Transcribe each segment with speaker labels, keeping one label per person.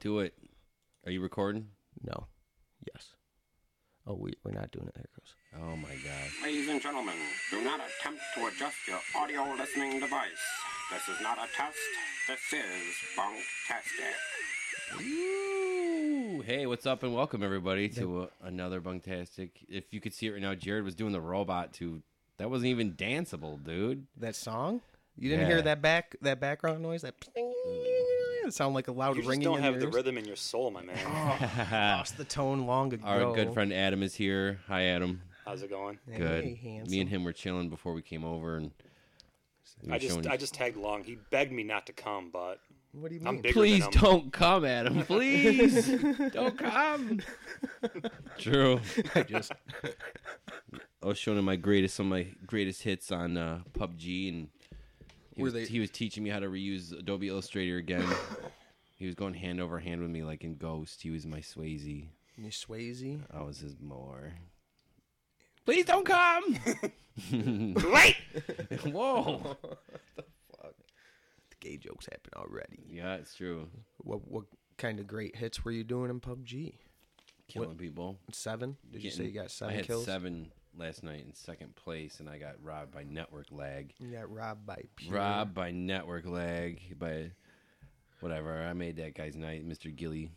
Speaker 1: Do it. Are you recording?
Speaker 2: No. Yes. Oh, we, we're not doing it. There it goes.
Speaker 1: Oh my god.
Speaker 3: Ladies and gentlemen, do not attempt to adjust your audio listening device. This is not a test. This is Bunktastic.
Speaker 1: Ooh. Hey, what's up and welcome everybody to uh, another Bunktastic. If you could see it right now, Jared was doing the robot to that wasn't even danceable, dude.
Speaker 2: That song? You didn't
Speaker 1: Yeah.
Speaker 2: hear that back that background noise? That it sounded like a loud
Speaker 4: You just
Speaker 2: ringing.
Speaker 4: don't
Speaker 2: in
Speaker 4: have
Speaker 2: your
Speaker 4: the
Speaker 2: ears.
Speaker 4: rhythm in your Oh. soul, my man.
Speaker 2: Lost the tone long ago.
Speaker 1: Our good friend Adam is here. Hi Adam.
Speaker 4: How's it going?
Speaker 1: Good.
Speaker 2: Hey, handsome.
Speaker 1: Me and him were chilling before we came over and we were
Speaker 4: I just
Speaker 1: showing-
Speaker 4: I just tagged along. He begged me not to come, but
Speaker 2: What do you
Speaker 4: I'm
Speaker 2: mean?
Speaker 4: bigger
Speaker 1: Please
Speaker 4: than him.
Speaker 1: don't come, Adam. Please don't come. True.
Speaker 2: I just
Speaker 1: I was showing him my greatest some of my greatest hits on uh, PUBG, and he
Speaker 2: Were
Speaker 1: was,
Speaker 2: they-
Speaker 1: he was teaching me how to reuse Adobe Illustrator again. he was going hand over hand with me, like in Ghost. He was my Swayze.
Speaker 2: you Swayze.
Speaker 1: I was his Moore. Please don't come.
Speaker 4: Wait!
Speaker 1: Whoa.
Speaker 2: The gay jokes happen already.
Speaker 1: Yeah, it's true.
Speaker 2: What what kind of great hits were you doing in PUBG?
Speaker 1: Killing people.
Speaker 2: Seven? Did you say you got seven
Speaker 1: I had
Speaker 2: kills?
Speaker 1: seven last night in second place, and I got robbed by network lag.
Speaker 2: You got robbed by pure.
Speaker 1: Robbed by network lag, by whatever. I made that guy's night, Mr. Gilly,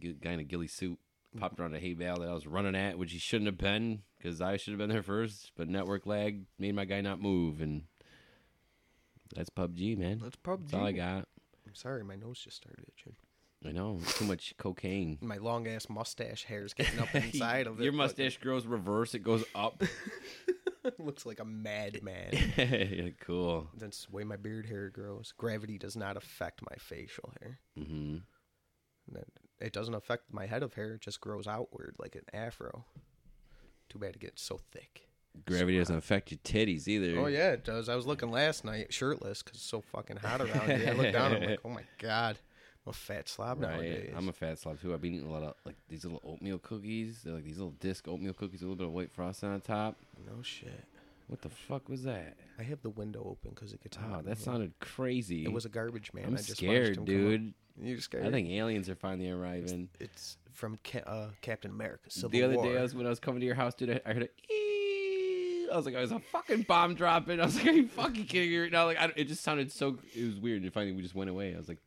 Speaker 1: G- guy in a Gilly suit, popped around a hay bale that I was running at, which he shouldn't have been because I should have been there first. But network lag made my guy not move, and that's PUBG, man.
Speaker 2: That's PUBG.
Speaker 1: That's all I got.
Speaker 2: I'm sorry, my nose just started itching.
Speaker 1: I know it's too much cocaine.
Speaker 2: My long ass mustache hair is getting up inside of it.
Speaker 1: Your
Speaker 2: but
Speaker 1: mustache grows reverse; it goes up.
Speaker 2: it looks like a madman.
Speaker 1: Yeah, cool.
Speaker 2: That's the way my beard hair grows. Gravity does not affect my facial hair.
Speaker 1: hmm
Speaker 2: And it- It doesn't affect my head of hair. It just grows outward like an afro. Too bad it gets so thick.
Speaker 1: Gravity doesn't affect your titties either.
Speaker 2: Oh yeah, it does. I was looking last night shirtless because it's so fucking hot around here. I look down. I'm like, oh my god, I'm a fat slob
Speaker 1: Right.
Speaker 2: nowadays.
Speaker 1: I'm a fat slob too. I've been eating a lot of like these little oatmeal cookies. They're like these little disc oatmeal cookies, with a little bit of white frosting on top.
Speaker 2: no shit.
Speaker 1: What the fuck was that?
Speaker 2: I have the window open because it gets hot.
Speaker 1: Oh,
Speaker 2: in
Speaker 1: that
Speaker 2: here.
Speaker 1: sounded crazy.
Speaker 2: It was a garbage man.
Speaker 1: I'm
Speaker 2: I just watched him come
Speaker 1: scared,
Speaker 2: up.
Speaker 1: dude.
Speaker 2: You scared?
Speaker 1: I think aliens are finally arriving.
Speaker 2: it's from Ca- uh, Captain America. Civil
Speaker 1: the other day,
Speaker 2: War.
Speaker 1: I was when I was coming to your house, dude. I, I heard a. "Ee." I was like, I was a fucking bomb dropping. I was like, are you fucking kidding me right now? Like, I, don't- it just sounded so. It was weird. And finally, we just went away. I was like,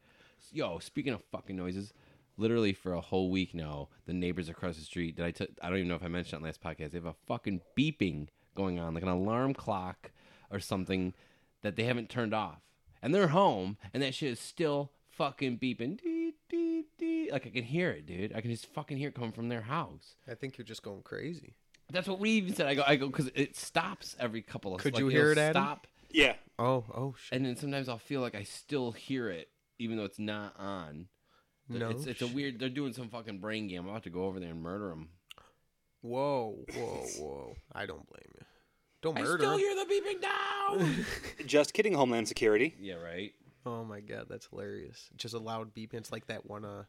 Speaker 1: yo. Speaking of fucking noises, literally for a whole week now, the neighbors across the street. Did I? T- I don't even know if I mentioned it on last podcast. They have a fucking beeping going on, like an alarm clock or something that they haven't turned off. And they're home, and that shit is still fucking beeping. Dee, dee, dee. Like I can hear it, dude. I can just fucking hear it coming from their house.
Speaker 2: I think you're just going crazy.
Speaker 1: That's what we even said. I go, I go, because it stops every couple of.
Speaker 2: Could
Speaker 1: like,
Speaker 2: you
Speaker 1: it'll
Speaker 2: hear it, Adam?
Speaker 1: Stop,
Speaker 4: Yeah.
Speaker 2: Oh, oh shit.
Speaker 1: and then sometimes I'll feel like I still hear it, even though it's not on. Th-
Speaker 2: No
Speaker 1: it's, it's a
Speaker 2: shit.
Speaker 1: weird. They're doing some fucking brain game. I'm about to go over there and murder them.
Speaker 2: Whoa, whoa, whoa. I don't blame you. Don't
Speaker 1: I
Speaker 2: murder.
Speaker 1: still
Speaker 2: him.
Speaker 1: hear the beeping down.
Speaker 4: Just kidding, Homeland Security.
Speaker 1: yeah, right.
Speaker 2: oh my god, that's hilarious. Just a loud beep. It's like that one uh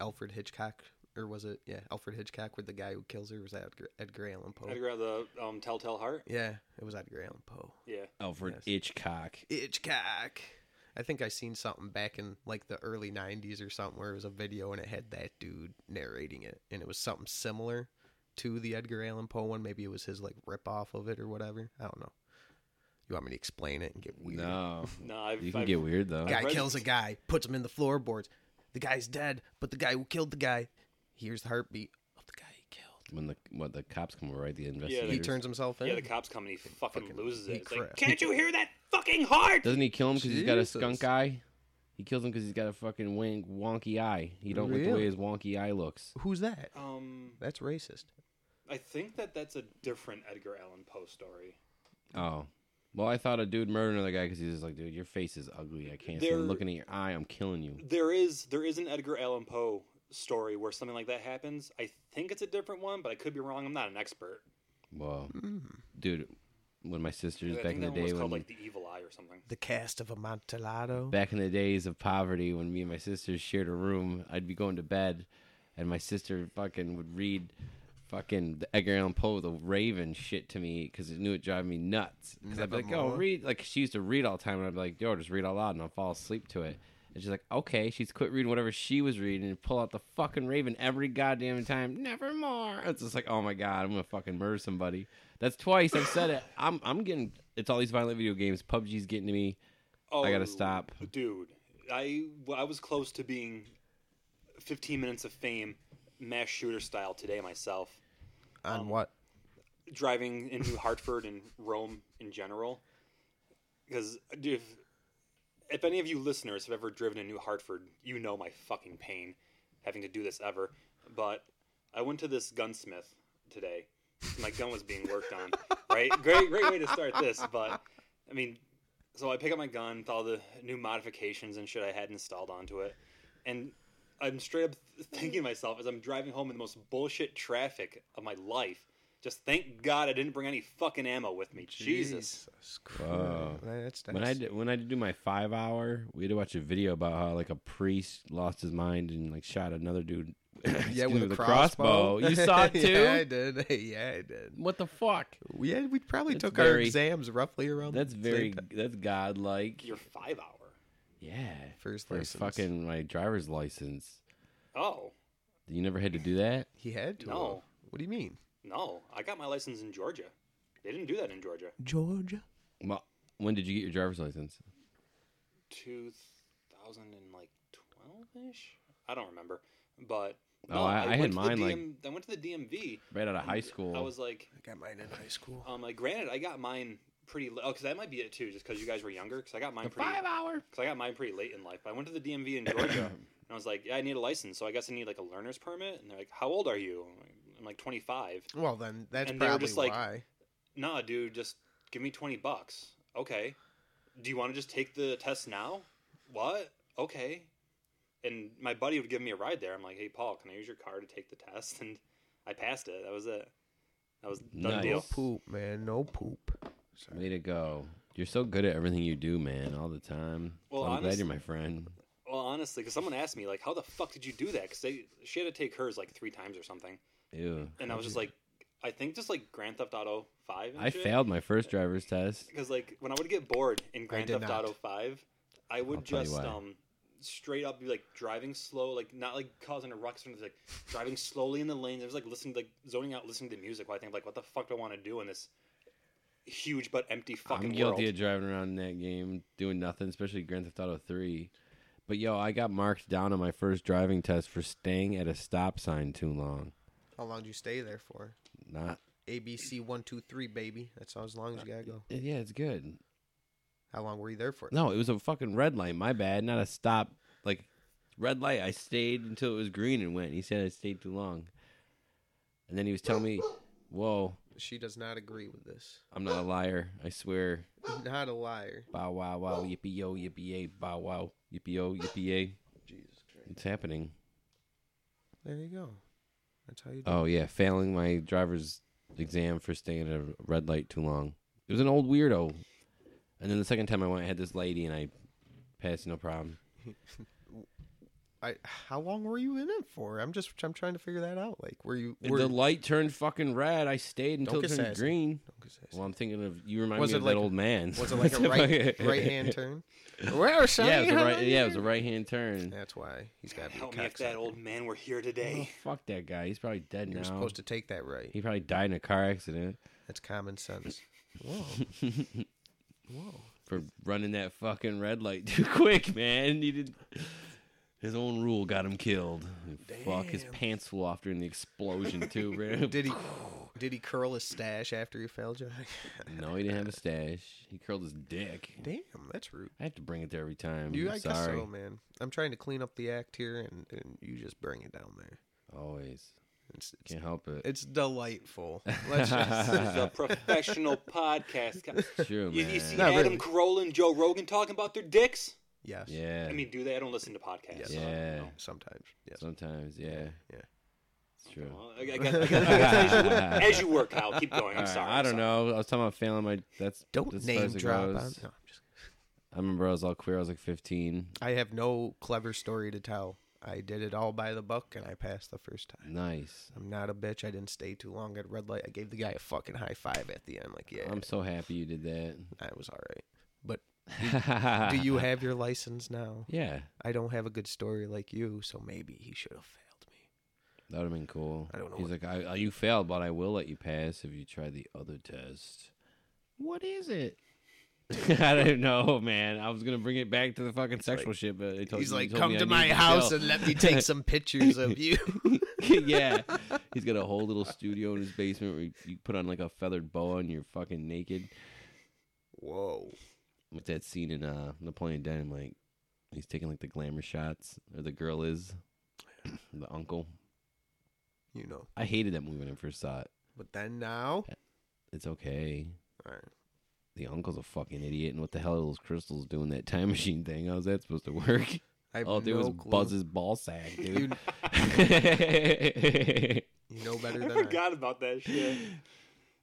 Speaker 2: Alfred Hitchcock or was it? Yeah, Alfred Hitchcock with the guy who kills her was that Edgar, Edgar Allan Poe.
Speaker 4: I'd grab the um, Telltale Heart.
Speaker 2: yeah, it was Edgar Allan Poe.
Speaker 4: Yeah.
Speaker 1: Alfred
Speaker 2: Yes.
Speaker 1: Hitchcock.
Speaker 2: Hitchcock. I think I seen something back in like the early '90s or something where it was a video and it had that dude narrating it, and it was something similar to the Edgar Allan Poe one. Maybe it was his like rip off of it or whatever. I don't know. You want me to explain it and get weird?
Speaker 1: No,
Speaker 4: No, I've,
Speaker 1: you can
Speaker 4: I've-
Speaker 1: get weird though.
Speaker 2: Guy
Speaker 4: read-
Speaker 2: kills a guy, puts him in the floorboards. The guy's dead, but the guy who killed the guy hears the heartbeat of the guy he killed.
Speaker 1: When the what the cops come over, right? The investigators.
Speaker 4: He
Speaker 2: He turns himself in.
Speaker 4: Yeah, the cops come and he fucking, loses it.
Speaker 2: he
Speaker 4: It's
Speaker 2: crap.
Speaker 4: like, can't you hear that fucking heart?
Speaker 1: Doesn't he kill him because he's got a
Speaker 2: Jesus.
Speaker 1: skunk eye? He kills him because he's got a fucking wink, wonky eye. He don't like the way
Speaker 2: Really?
Speaker 1: his wonky eye looks.
Speaker 2: Who's that?
Speaker 4: Um,
Speaker 2: That's racist.
Speaker 4: I think that that's a different Edgar Allan Poe story.
Speaker 1: Oh. Well, I thought a dude murdered another guy because he's just like, dude, your face is ugly. I can't
Speaker 4: There-
Speaker 1: stand looking at your eye. I'm killing you.
Speaker 4: There is there is an Edgar Allan Poe story where something like that happens. I think it's a different one, but I could be wrong. I'm not an expert.
Speaker 1: Well, dude, when my sisters
Speaker 4: I
Speaker 1: back
Speaker 4: think
Speaker 1: in
Speaker 4: that
Speaker 1: the
Speaker 4: one was
Speaker 1: day, when
Speaker 4: called like the Evil Eye or something.
Speaker 2: The cast of Amontillado.
Speaker 1: back in the days of poverty, when me and my sisters shared a room, I'd be going to bed, and my sister fucking would read fucking the Edgar Allan Poe, the Raven shit to me because it knew it drive me nuts. Because I'd be like, oh,
Speaker 2: Nevermore.
Speaker 1: read. Like she used to read all the time, and I'd be like, yo, just read out loud, and I'll fall asleep to it. And she's like, okay. She's quit reading whatever she was reading and pull out the fucking Raven every goddamn time. Nevermore. It's just like, oh my god, I'm gonna fucking murder somebody. That's twice I've said it. I'm I'm getting. It's all these violent video games. PUBG's getting to me.
Speaker 4: Oh,
Speaker 1: I gotta stop.
Speaker 4: dude. I I was close to being 15 minutes of fame, mass shooter style today myself.
Speaker 2: On what?
Speaker 4: Driving in New Hartford and Rome in general, because if if any of you listeners have ever driven in New Hartford, you know my fucking pain having to do this ever. But I went to this gunsmith today. My gun was being worked on. Right, great, great way to start this. But I mean, so I pick up my gun with all the new modifications and shit I had installed onto it, and I'm straight up thinking to myself as I'm driving home in the most bullshit traffic of my life. Just thank God I didn't bring any fucking ammo with me. Jesus.
Speaker 2: Jesus Christ.
Speaker 1: Wow.
Speaker 2: That's,
Speaker 1: When I
Speaker 2: that's-
Speaker 1: did, when I did do my five hour, we had to watch a video about how like a priest lost his mind and like shot another dude.
Speaker 2: yeah,
Speaker 1: excuse
Speaker 2: with
Speaker 1: me,
Speaker 2: a crossbow.
Speaker 1: You saw it too.
Speaker 2: yeah, I did. yeah, I did.
Speaker 1: What the fuck?
Speaker 2: Yeah, we probably
Speaker 1: That's
Speaker 2: took our
Speaker 1: very-
Speaker 2: exams roughly around.
Speaker 1: That's
Speaker 2: the same
Speaker 1: very
Speaker 2: time.
Speaker 1: that's godlike.
Speaker 4: Your five hour.
Speaker 1: Yeah,
Speaker 2: First
Speaker 1: for
Speaker 2: license.
Speaker 1: fucking my driver's license.
Speaker 4: Oh
Speaker 1: You never had to do that.
Speaker 2: He had to.
Speaker 4: No.
Speaker 2: What do you mean,
Speaker 4: no, I got my license in Georgia. They didn't do that in Georgia.
Speaker 2: Georgia?
Speaker 1: Well, when did you get your driver's license?
Speaker 4: 2000 and like 12 ish. I don't remember, but
Speaker 1: Oh,
Speaker 4: no,
Speaker 1: I- I had
Speaker 4: went to the
Speaker 1: mine, like-
Speaker 4: DM I went to the DMV.
Speaker 1: Right out of high
Speaker 4: and
Speaker 1: school.
Speaker 4: I was like,
Speaker 2: I got mine in high school.
Speaker 4: um, like granted, I got mine pretty. Li- oh, because that might be it too, just because you guys were younger. Because I got mine
Speaker 1: the
Speaker 4: pretty.
Speaker 1: five hour.
Speaker 4: Because I got mine pretty late in life. But I went to the DMV in Georgia, and I was like, yeah, I need a license, so I guess I need like a learner's permit. And they're like, how old are you? I'm like- I'm like 25.
Speaker 2: Well, then that's
Speaker 4: And they were
Speaker 2: probably
Speaker 4: just like-
Speaker 2: why.
Speaker 4: nah, dude, just give me 20 bucks. Okay. Do you want to just take the test now? What? Okay. And my buddy would give me a ride there. I'm like, hey, Paul, can I use your car to take the test? And I passed it. That was it. That was done
Speaker 1: Nice.
Speaker 2: No
Speaker 4: deal.
Speaker 2: poop, man. No poop. Sorry.
Speaker 1: Way to go! You're so good at everything you do, man. All the time.
Speaker 4: Well,
Speaker 1: I'm glad
Speaker 4: honest-
Speaker 1: you're my friend.
Speaker 4: Well, honestly, because someone asked me, like, how the fuck did you do that? Because she had to take hers like three times or something.
Speaker 1: Ew.
Speaker 4: And I was just like, I think just like Grand Theft Auto 5. And
Speaker 1: I
Speaker 4: shit.
Speaker 1: failed my first driver's test.
Speaker 4: because like when I would get bored in Grand
Speaker 2: did
Speaker 4: Theft
Speaker 2: not.
Speaker 4: Auto Five, I would
Speaker 1: I'll tell you
Speaker 4: just
Speaker 1: why.
Speaker 4: um straight up be like driving slow, like not like causing a ruckus, or anything, like driving slowly in the lanes. I was like listening, to, like zoning out, listening to music. While I think like, what the fuck do I want to do in this huge but empty fucking
Speaker 1: I'm guilty
Speaker 4: world?
Speaker 1: of driving around in that game doing nothing, especially Grand Theft Auto Three. But yo, I got marked down on my first driving test for staying at a stop sign too long.
Speaker 2: How long do you stay there for?
Speaker 1: Not
Speaker 2: ABC one two three, baby. That's how as long as you gotta go.
Speaker 1: yeah, it's good.
Speaker 2: How long were you there for?
Speaker 1: No, it was a fucking red light. My bad, not a stop. Like red light. I stayed until it was green and went. He said I stayed too long, and then he was telling me, "Whoa,
Speaker 2: She does not agree with this.
Speaker 1: I'm not a liar. I swear."
Speaker 2: Not a liar.
Speaker 1: Bow wow wow yippee yo yippee yay bow wow yippee yo yippee yay.
Speaker 2: Jesus Christ.
Speaker 1: It's happening.
Speaker 2: There you go. That's how you do.
Speaker 1: Oh yeah, failing my driver's exam for staying at a red light too long. It was an old weirdo. And then the second time I went, I had this lady, and I passed no problem.
Speaker 2: I, how long were you in it for? I'm just I'm trying to figure that out. Like, were you?
Speaker 1: And
Speaker 2: Were,
Speaker 1: the light turned fucking red. I stayed until it
Speaker 2: get
Speaker 1: turned
Speaker 2: sassy.
Speaker 1: green.
Speaker 2: Don't get sassy.
Speaker 1: Well, I'm thinking of you. Remind
Speaker 2: Was
Speaker 1: me
Speaker 2: it
Speaker 1: of
Speaker 2: like-
Speaker 1: that old man.
Speaker 2: was it like a right right hand turn? Where, son?
Speaker 1: Yeah, it was a
Speaker 2: How
Speaker 1: right.
Speaker 2: long
Speaker 1: Yeah,
Speaker 2: you
Speaker 1: it was a right hand turn.
Speaker 2: That's why he's got to be a
Speaker 4: Help me if that
Speaker 2: cocksucker.
Speaker 4: old man were here today.
Speaker 1: Oh, fuck that guy. He's probably dead
Speaker 2: You're
Speaker 1: now.
Speaker 2: supposed to take that right.
Speaker 1: He probably died in a car accident
Speaker 2: That's common sense. Whoa, whoa.
Speaker 1: for running that fucking red light too quick, man. He did. His own rule got him killed. Fuck, his pants flew off during the explosion too. man.
Speaker 2: Did he? Did he curl his stash after he failed you?
Speaker 1: No, he didn't have a stash. He curled his dick.
Speaker 2: Damn, that's rude.
Speaker 1: I have to bring it there every time.
Speaker 2: You,
Speaker 1: I'm
Speaker 2: I guess
Speaker 1: sorry.
Speaker 2: so, man. I'm trying to clean up the act here, and, and you just bring it down there.
Speaker 1: Always
Speaker 2: It's it's,
Speaker 1: can't help it.
Speaker 2: it's delightful. Let's just.
Speaker 4: This is a professional podcast.
Speaker 1: It's true,
Speaker 4: You,
Speaker 1: Oh, man.
Speaker 4: you see
Speaker 2: Not
Speaker 4: Adam
Speaker 2: really.
Speaker 4: Carolla and Joe Rogan talking about their dicks?
Speaker 2: yes.
Speaker 1: yeah.
Speaker 4: I mean, do they? I don't listen to podcasts.
Speaker 2: Yes.
Speaker 1: Yeah.
Speaker 2: No, sometimes. Yes.
Speaker 1: Sometimes, yeah.
Speaker 2: Yeah.
Speaker 1: It's true.
Speaker 4: Well, I, I guess, I guess- I guess as, you work, as you work, Kyle, keep going. I'm
Speaker 1: All right,
Speaker 4: sorry.
Speaker 1: I
Speaker 4: I'm
Speaker 1: don't
Speaker 4: sorry.
Speaker 1: know. I was talking about failing my. That's
Speaker 2: Don't
Speaker 1: that's as far
Speaker 2: name
Speaker 1: as it
Speaker 2: drop. On, no, I'm
Speaker 1: goes.
Speaker 2: just. kidding.
Speaker 1: I remember I was all queer. I was like 15.
Speaker 2: I have no clever story to tell. I did it all by the book, and I passed the first time.
Speaker 1: Nice.
Speaker 2: I'm not a bitch. I didn't stay too long at red light. I gave the guy a fucking high five at the end. Like, yeah,
Speaker 1: I'm so happy you did that.
Speaker 2: I was all right. But Do you have your license now?
Speaker 1: Yeah,
Speaker 2: I don't have a good story like you, so maybe he should have failed me.
Speaker 1: that would have been cool.
Speaker 2: I don't know
Speaker 1: He's
Speaker 2: what-
Speaker 1: like, I, I- you failed, but I will let you pass if you try the other test. What is it? I don't know, man. I was gonna bring it back to the fucking sexual shit, but it told,
Speaker 2: He's
Speaker 1: you
Speaker 2: like,
Speaker 1: told
Speaker 2: come
Speaker 1: me I
Speaker 2: to
Speaker 1: needed
Speaker 2: my
Speaker 1: to
Speaker 2: house
Speaker 1: fail."
Speaker 2: and let me take some pictures of you.
Speaker 1: yeah, he's got a whole little studio in his basement where you, you put on like a feathered boa and you're fucking naked.
Speaker 2: Whoa.
Speaker 1: With that scene in uh, Napoleon Den, like he's taking like the glamour shots, or the girl is the uncle.
Speaker 2: You know.
Speaker 1: I hated that movie when I first saw it.
Speaker 2: But then now.
Speaker 1: It's okay.
Speaker 2: All right.
Speaker 1: The uncle's a fucking idiot, and what the hell are those crystals doing that time machine thing? How's that supposed to work?
Speaker 2: I have
Speaker 1: All it did
Speaker 2: no
Speaker 1: was
Speaker 2: clue.
Speaker 1: buzz his ball sack,
Speaker 2: You,
Speaker 1: dude.
Speaker 2: you know better
Speaker 1: Oh
Speaker 4: I
Speaker 2: than I.
Speaker 4: forgot about that shit.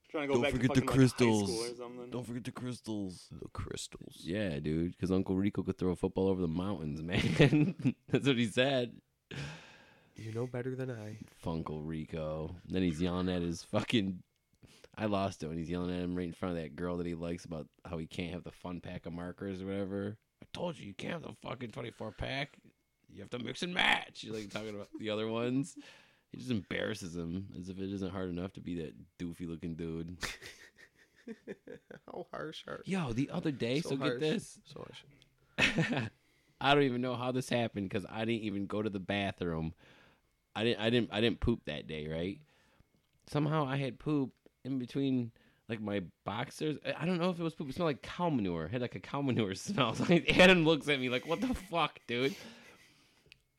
Speaker 4: Trying to go
Speaker 1: Don't
Speaker 4: back
Speaker 1: forget
Speaker 4: to
Speaker 1: the
Speaker 4: fucking,
Speaker 1: crystals.
Speaker 4: Like, high school or something.
Speaker 1: Don't forget the crystals.
Speaker 2: The crystals.
Speaker 1: Yeah, dude, because Uncle Rico could throw a football over the mountains, man. That's what he said.
Speaker 2: You know better than I.
Speaker 1: Funkle Rico. Then he's yelling at his fucking. I lost it when he's yelling at him right in front of that girl that he likes about how he can't have the fun pack of markers or whatever. I told you you can't have the fucking twenty four pack. You have to mix and match. You're like talking about the other ones. He just embarrasses him as if it isn't hard enough to be that doofy looking dude.
Speaker 2: How harsh are
Speaker 1: Yo, the other day, so,
Speaker 2: harsh.
Speaker 1: get this.
Speaker 2: So harsh.
Speaker 1: I don't even know how this happened because I didn't even go to the bathroom. I didn't. I didn't. I didn't poop that day, right? Somehow I had poop in between like my boxers. I- I don't know if it was poop. It smelled like cow manure. It had like a cow manure smell. So Adam looks at me like, "What the fuck, dude?"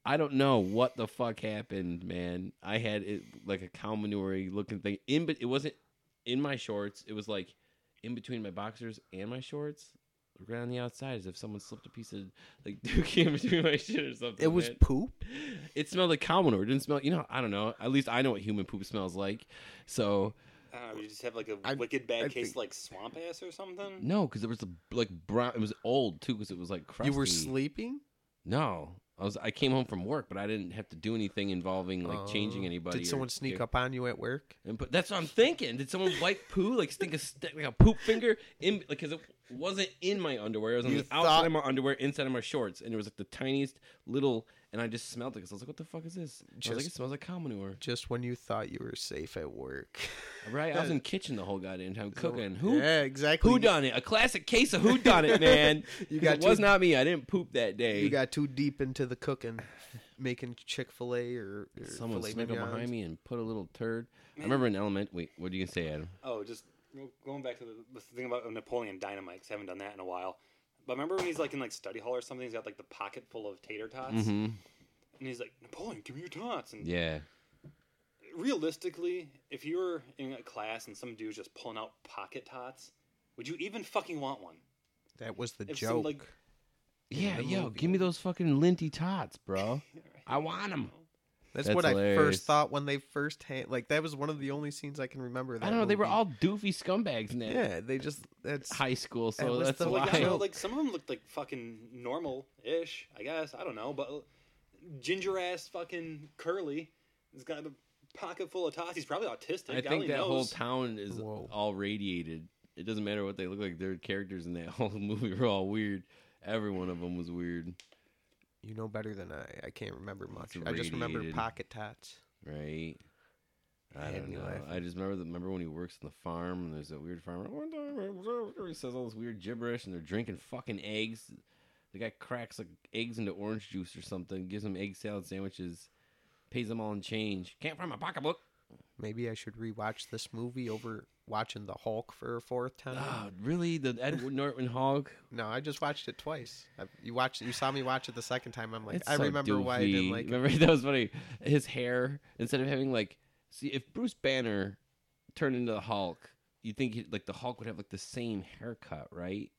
Speaker 1: I don't know what the fuck happened, man. I had it like a cow manure looking thing in, but it wasn't in my shorts. It was like in between my boxers and my shorts. Right on the outside, as if someone slipped a piece of like dookie in between my shit or something.
Speaker 2: It was
Speaker 1: man.
Speaker 2: poop.
Speaker 1: It smelled like cow manure. It didn't smell. You know, I don't know. At least I know what human poop smells like. So
Speaker 4: I don't know, you just have like a
Speaker 2: I-
Speaker 4: wicked bad
Speaker 2: I
Speaker 4: case
Speaker 2: think-
Speaker 4: like swamp ass or something.
Speaker 1: no, because there was a, like brown. It was old too, because it was like crusty.
Speaker 2: You were sleeping.
Speaker 1: No, I was. I came home from work, but I didn't have to do anything involving like changing
Speaker 2: Oh.
Speaker 1: anybody.
Speaker 2: Did someone sneak up on you at work?
Speaker 1: And put, that's what I'm thinking. Did someone wipe poo like stink a st- like a poop finger in because it wasn't in my underwear. It was on
Speaker 2: You
Speaker 1: the outside
Speaker 2: thought-
Speaker 1: of my underwear, inside of my shorts, and it was like the tiniest little. And I just smelled it because I was like, "What the fuck is this?" And I was like,
Speaker 2: Just-
Speaker 1: "It smells like cow manure."
Speaker 2: Just when you thought you were safe at work.
Speaker 1: Right? I was in the kitchen the whole goddamn time cooking. Who?
Speaker 2: Yeah, exactly.
Speaker 1: Who done it? A classic case of who done it, man.
Speaker 2: You
Speaker 1: 'Cause
Speaker 2: got
Speaker 1: it was
Speaker 2: two-
Speaker 1: not me. I didn't poop that day.
Speaker 2: You got too deep into the cooking, making Chick Fil A or, or
Speaker 1: someone
Speaker 2: filet
Speaker 1: snuggled
Speaker 2: mignons.
Speaker 1: behind me and put a little turd. I remember in element. Wait, what are you gonna say, Adam?
Speaker 4: Oh, just going back to the, the thing about Napoleon Dynamite. 'cause I haven't done that in a while. But remember when he's like in like study hall or something? He's got like the pocket full of tater tots,
Speaker 1: Mm-hmm.
Speaker 4: and he's like, "Napoleon, give me your tots." And
Speaker 1: Yeah.
Speaker 4: realistically, if you were in a class and some dude's just pulling out pocket tots, would you even fucking want one?
Speaker 2: That was the
Speaker 4: If
Speaker 2: joke.
Speaker 4: some, like-
Speaker 1: Yeah,
Speaker 2: the
Speaker 1: yo,
Speaker 2: movie.
Speaker 1: give me those fucking linty tots, bro. I want them.
Speaker 2: That's,
Speaker 1: That's
Speaker 2: what I
Speaker 1: hilarious.
Speaker 2: first thought when they first hand. Like that was one of the only scenes I can remember. That
Speaker 1: I don't know. They were
Speaker 2: movie.
Speaker 1: all doofy scumbags in that
Speaker 2: Yeah, they just that's
Speaker 1: high school,
Speaker 2: That
Speaker 1: so
Speaker 2: was
Speaker 1: that's
Speaker 2: the-
Speaker 1: why.
Speaker 4: Like, I don't know,
Speaker 2: Wow.
Speaker 4: like some of them looked like fucking normal-ish, I guess. I don't know, but ginger ass fucking curly. He's got a pocket full of tots. He's probably autistic.
Speaker 1: I
Speaker 4: God
Speaker 1: think
Speaker 4: only
Speaker 1: that whole
Speaker 4: knows.
Speaker 1: town is
Speaker 2: Whoa.
Speaker 1: all radiated. It doesn't matter what they look like. Their characters in that whole movie were all weird. Every one of them was weird,
Speaker 2: you know better than I. I can't remember much.
Speaker 1: It's
Speaker 2: I just remember
Speaker 1: radiated.
Speaker 2: pocket tots.
Speaker 1: right? I
Speaker 2: Had
Speaker 1: don't
Speaker 2: me
Speaker 1: know.
Speaker 2: laughing.
Speaker 1: I just remember the, remember when he works on the farm and there's that weird farmer. "Oh, He says all this weird gibberish and they're drinking fucking eggs. The guy cracks like eggs into orange juice or something, gives them egg salad sandwiches, pays them all in change. Can't find my pocketbook.
Speaker 2: Maybe I should rewatch this movie over watching the Hulk for a fourth time.
Speaker 1: Ah, really? The Edward Norton Hog?
Speaker 2: No, I just watched it twice. I, you watched, you saw me watch it the second time. I'm like,
Speaker 1: It's
Speaker 2: I
Speaker 1: so
Speaker 2: remember why I didn't
Speaker 1: doofy.
Speaker 2: like. it.
Speaker 1: Remember that was funny. His hair instead of having like, see if Bruce Banner turned into the Hulk, you think he, like the Hulk would have like the same haircut, right?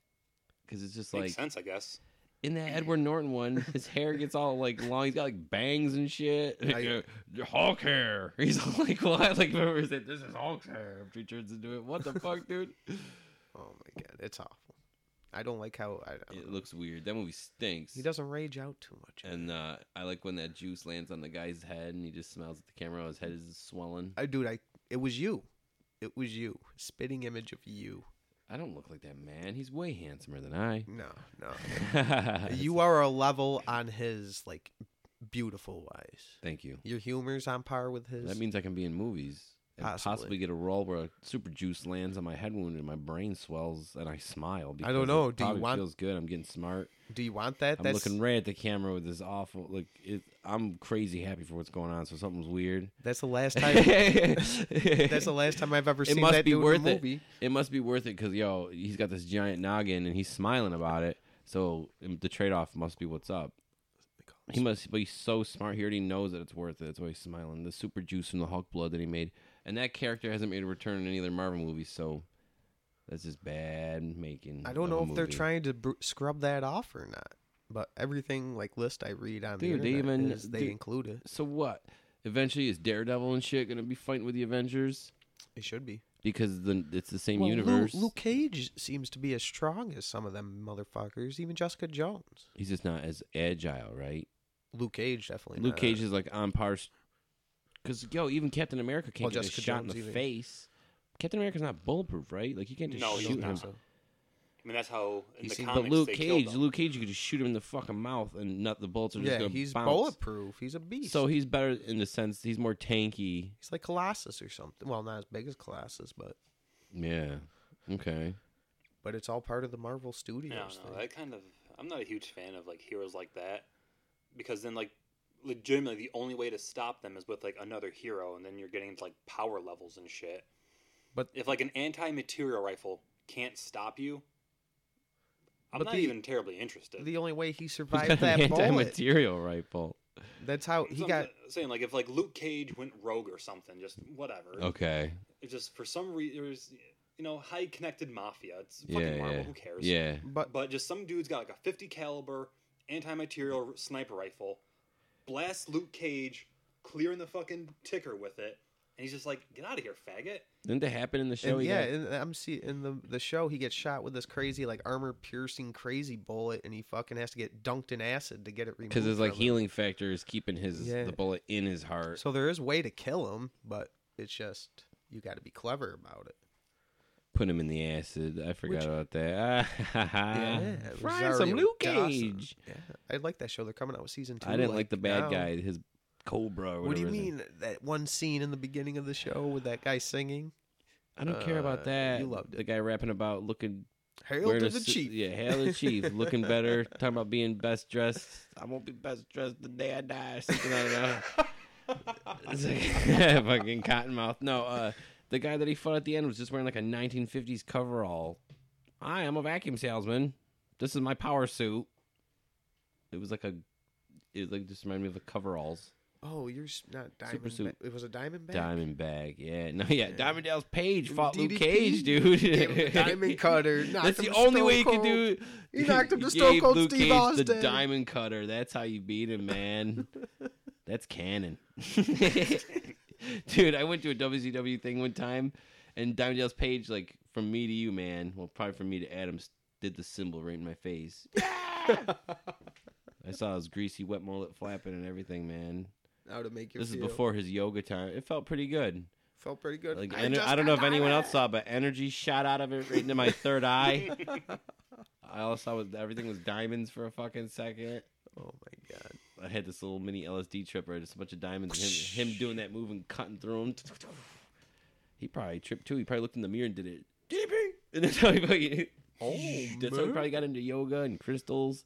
Speaker 1: Because it's just like
Speaker 4: Makes sense, I guess.
Speaker 1: in that Edward Norton one, his hair gets all like long. He's got like bangs and shit.
Speaker 2: I-
Speaker 1: Hulk hair. He's all like, what? Like, remember he said, "This is Hulk's hair." After he turns into it, what the fuck, dude?
Speaker 2: Oh my god, it's awful. I don't like how I. I don't
Speaker 1: It
Speaker 2: know.
Speaker 1: looks weird. That movie stinks.
Speaker 2: He doesn't rage out too much.
Speaker 1: And uh, I like when that juice lands on the guy's head and he just smiles at the camera. His head is swollen.
Speaker 2: I dude, I it was you. It was you. Spitting image of you.
Speaker 1: I don't look like that man. He's way handsomer than I.
Speaker 2: No, no. you are a level on his like beautiful wise.
Speaker 1: Thank you.
Speaker 2: Your humor's on par with his.
Speaker 1: That means I can be in movies and
Speaker 2: Possibly.
Speaker 1: possibly, get a role where a super juice lands on my head wound and my brain swells and I smile. Because
Speaker 2: don't know.
Speaker 1: It
Speaker 2: Do you
Speaker 1: probably
Speaker 2: want-
Speaker 1: feels good. I'm getting smart.
Speaker 2: do you want that?
Speaker 1: I'm looking right at the camera with this awful like. It, I'm crazy happy for what's going on. So something's weird.
Speaker 2: That's the last time. that's
Speaker 1: That's
Speaker 2: the last time I've ever
Speaker 1: It
Speaker 2: seen
Speaker 1: must
Speaker 2: that
Speaker 1: be
Speaker 2: dude
Speaker 1: worth
Speaker 2: in a
Speaker 1: it.
Speaker 2: movie.
Speaker 1: It must be worth it because yo, he's got this giant noggin and he's smiling about it. So um, the trade off must be what's up. He must, but he's so smart. He already knows that it's worth it. That's why he's smiling. The super juice from the Hulk blood that he made, and that character hasn't made a return in any other Marvel movies. So that's just bad making.
Speaker 2: I don't
Speaker 1: of
Speaker 2: know
Speaker 1: a
Speaker 2: if they're
Speaker 1: movie.
Speaker 2: trying to br- scrub that off or not. But everything like list I read on
Speaker 1: Dude,
Speaker 2: the
Speaker 1: they
Speaker 2: internet
Speaker 1: even-
Speaker 2: is they
Speaker 1: dude-
Speaker 2: include it.
Speaker 1: So what? Eventually, is Daredevil and shit gonna be fighting with the Avengers
Speaker 2: It should be.
Speaker 1: because the, it's the same
Speaker 2: Well, Lu-
Speaker 1: universe?
Speaker 2: Luke, Cage seems to be as strong as some of them motherfuckers. Even Jessica Jones.
Speaker 1: He's just not as agile, right?
Speaker 2: Luke Cage definitely.
Speaker 1: Luke
Speaker 2: not.
Speaker 1: Cage is like on par. Because yo, even Captain America can't
Speaker 2: Well,
Speaker 1: get a
Speaker 2: Jessica
Speaker 1: shot
Speaker 2: Jones
Speaker 1: in the
Speaker 2: either.
Speaker 1: face. Captain America's not bulletproof, right? Like you can't just
Speaker 4: No, he's
Speaker 1: shoot
Speaker 4: not.
Speaker 1: him.
Speaker 2: So.
Speaker 4: I mean, that's how in
Speaker 2: You
Speaker 4: the
Speaker 2: see,
Speaker 4: comics
Speaker 1: but Luke
Speaker 4: they
Speaker 1: Cage,
Speaker 4: killed him.
Speaker 1: Luke Cage, you could just shoot him in the fucking mouth and not the bullets are just
Speaker 2: Yeah,
Speaker 1: gonna
Speaker 2: he's
Speaker 1: bounce.
Speaker 2: bulletproof. He's a beast.
Speaker 1: So he's better in the sense he's more tanky.
Speaker 2: he's like Colossus or something. Well, not as big as Colossus, but
Speaker 1: Yeah. Okay.
Speaker 2: but it's all part of the Marvel Studios.
Speaker 4: I don't know.
Speaker 2: thing.
Speaker 4: That kind of I'm not a huge fan of like heroes like that because then like legitimately the only way to stop them is with like another hero and then you're getting into like power levels and shit.
Speaker 2: But-
Speaker 4: if like an anti-material rifle can't stop you, I'm
Speaker 2: But
Speaker 4: not
Speaker 2: the-
Speaker 4: even terribly interested.
Speaker 2: the only way he
Speaker 1: He's
Speaker 2: survived
Speaker 1: got
Speaker 2: that
Speaker 1: an
Speaker 2: bullet.
Speaker 1: anti-material rifle.
Speaker 2: That's how oh, he
Speaker 4: So I'm
Speaker 2: got.
Speaker 4: sa- saying like if like Luke Cage went rogue or something, just whatever.
Speaker 1: Okay.
Speaker 4: It's just for some reason, you know, high connected mafia. It's fucking
Speaker 1: Yeah.
Speaker 4: Marvel.
Speaker 1: Yeah.
Speaker 4: Who cares?
Speaker 1: Yeah.
Speaker 2: But
Speaker 4: but just some dude's got like a 50 caliber anti-material sniper rifle blasts luke cage clearing the fucking ticker with it and he's just like get out of here faggot
Speaker 1: Didn't that happen in the show?
Speaker 2: and
Speaker 1: He
Speaker 2: yeah,
Speaker 1: got-
Speaker 2: and I'm see in the the show he gets shot with this crazy like armor piercing crazy bullet, and he fucking has to get dunked in acid to get it removed.
Speaker 1: Because his like
Speaker 2: from him.
Speaker 1: healing factor is keeping his
Speaker 2: Yeah.
Speaker 1: the bullet in his heart.
Speaker 2: So there is way to kill him, but it's just you got to be clever about it.
Speaker 1: Put him in the acid. I forgot
Speaker 2: Which-
Speaker 1: about that.
Speaker 2: Yeah,
Speaker 1: yeah, Fry some
Speaker 2: Rosario
Speaker 1: Luke
Speaker 2: Dawson.
Speaker 1: Cage.
Speaker 2: Yeah, I like that show. They're coming out with season two.
Speaker 1: I didn't like the bad
Speaker 2: now.
Speaker 1: guy, his Cobra. Or
Speaker 2: What do
Speaker 1: whatever
Speaker 2: you
Speaker 1: his name-
Speaker 2: mean that one scene in the beginning of the show with that guy singing
Speaker 1: I don't care
Speaker 2: Uh,
Speaker 1: about that.
Speaker 2: you loved
Speaker 1: the guy rapping about looking
Speaker 2: "Hail
Speaker 1: wearing
Speaker 2: to
Speaker 1: a
Speaker 2: the
Speaker 1: suit-
Speaker 2: Chief"?
Speaker 1: Yeah, hail the chief, looking better, talking about being best dressed. I'm gonna be best dressed the day I die. Or something I don't know. It's like fucking cottonmouth. No, uh, the guy that he fought at the end was just wearing like a 1950s coverall. I am a vacuum salesman. This is my power suit. It was like a. It like just reminded me of the coveralls.
Speaker 2: Oh, you're s- not diamond.
Speaker 1: Super suit.
Speaker 2: It was a diamond bag.
Speaker 1: Diamond bag, yeah, no, yeah. Diamond Dallas Page fought
Speaker 2: DDP.
Speaker 1: Luke Cage,
Speaker 2: Gave him the
Speaker 1: dude.
Speaker 2: diamond cutter, knocked
Speaker 1: That's
Speaker 2: him
Speaker 1: the only way you
Speaker 2: Stone
Speaker 1: can do. it.
Speaker 2: He knocked him to
Speaker 1: You
Speaker 2: Stone
Speaker 1: gave
Speaker 2: Cold
Speaker 1: Luke
Speaker 2: Steve
Speaker 1: Cage
Speaker 2: Austin.
Speaker 1: The diamond cutter. That's how you beat him, man. That's canon. dude, I went to a WCW thing one time, and Diamond Dallas Page, like from me to you, man. Well, probably from me to Adam, s- did the symbol right in my face. I saw his greasy, wet mullet flapping and everything, man.
Speaker 2: How to make your
Speaker 1: This is
Speaker 2: feel.
Speaker 1: before his yoga time. It felt pretty good.
Speaker 2: felt pretty good.
Speaker 1: Like
Speaker 2: I
Speaker 1: ener-
Speaker 2: just
Speaker 1: I don't know
Speaker 2: got
Speaker 1: if anyone
Speaker 2: diamond.
Speaker 1: else saw, but energy shot out of it right into my third eye. I all saw was everything was diamonds for a fucking second.
Speaker 2: Oh my god.
Speaker 1: I had this little mini LSD trip where just a bunch of diamonds. Him, him doing that move and cutting through them. He probably tripped too. He probably looked in the mirror and did it. DDP! And that's how he fucking.
Speaker 2: Oh,
Speaker 1: That's how he probably got into yoga and crystals.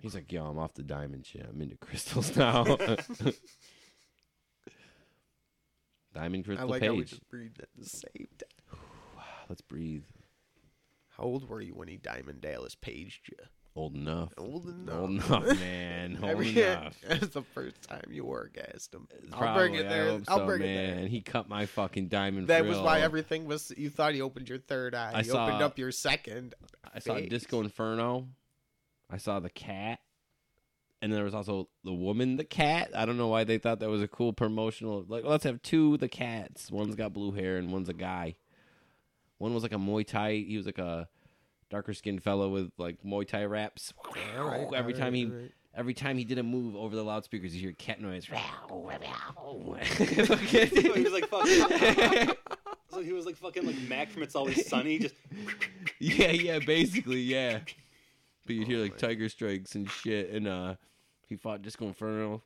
Speaker 1: He's like, yo, I'm off the diamond shit. I'm into crystals now. diamond
Speaker 2: I
Speaker 1: crystal
Speaker 2: like how we
Speaker 1: page.
Speaker 2: just breathed at the same time.
Speaker 1: Let's breathe.
Speaker 2: How old were you when he Diamond Dallas paged you?
Speaker 1: Old enough.
Speaker 2: Old
Speaker 1: Old
Speaker 2: enough.
Speaker 1: enough, man. Old enough.
Speaker 2: That's the first time you orgasmed him. I'll
Speaker 1: Probably,
Speaker 2: bring it
Speaker 1: I
Speaker 2: there.
Speaker 1: hope
Speaker 2: I'll
Speaker 1: so,
Speaker 2: bring it
Speaker 1: man.
Speaker 2: there.
Speaker 1: He cut my fucking diamond.
Speaker 2: That
Speaker 1: frill.
Speaker 2: was why everything was. You thought he opened your third eye.
Speaker 1: I
Speaker 2: he
Speaker 1: saw-
Speaker 2: opened up your second.
Speaker 1: I saw
Speaker 2: face.
Speaker 1: Disco Inferno. I saw the cat, and there was also the woman, the cat. I don't know why they thought that was a cool promotional. Like, let's have two the cats. One's got blue hair, and one's a guy. One was like a Muay Thai. He was like a darker skinned fellow with like Muay Thai raps.
Speaker 2: All right, all
Speaker 1: every
Speaker 2: right,
Speaker 1: time he
Speaker 2: all right.
Speaker 1: Every time he did a move over the loudspeakers, you hear cat noise. Look at-
Speaker 4: he's like fuck it's So he was like fucking like Mac from It's Always Sunny. Just
Speaker 1: yeah, yeah, basically, yeah. But
Speaker 2: Oh
Speaker 1: you'd hear like tiger strikes and shit, and uh, he fought Disco Inferno.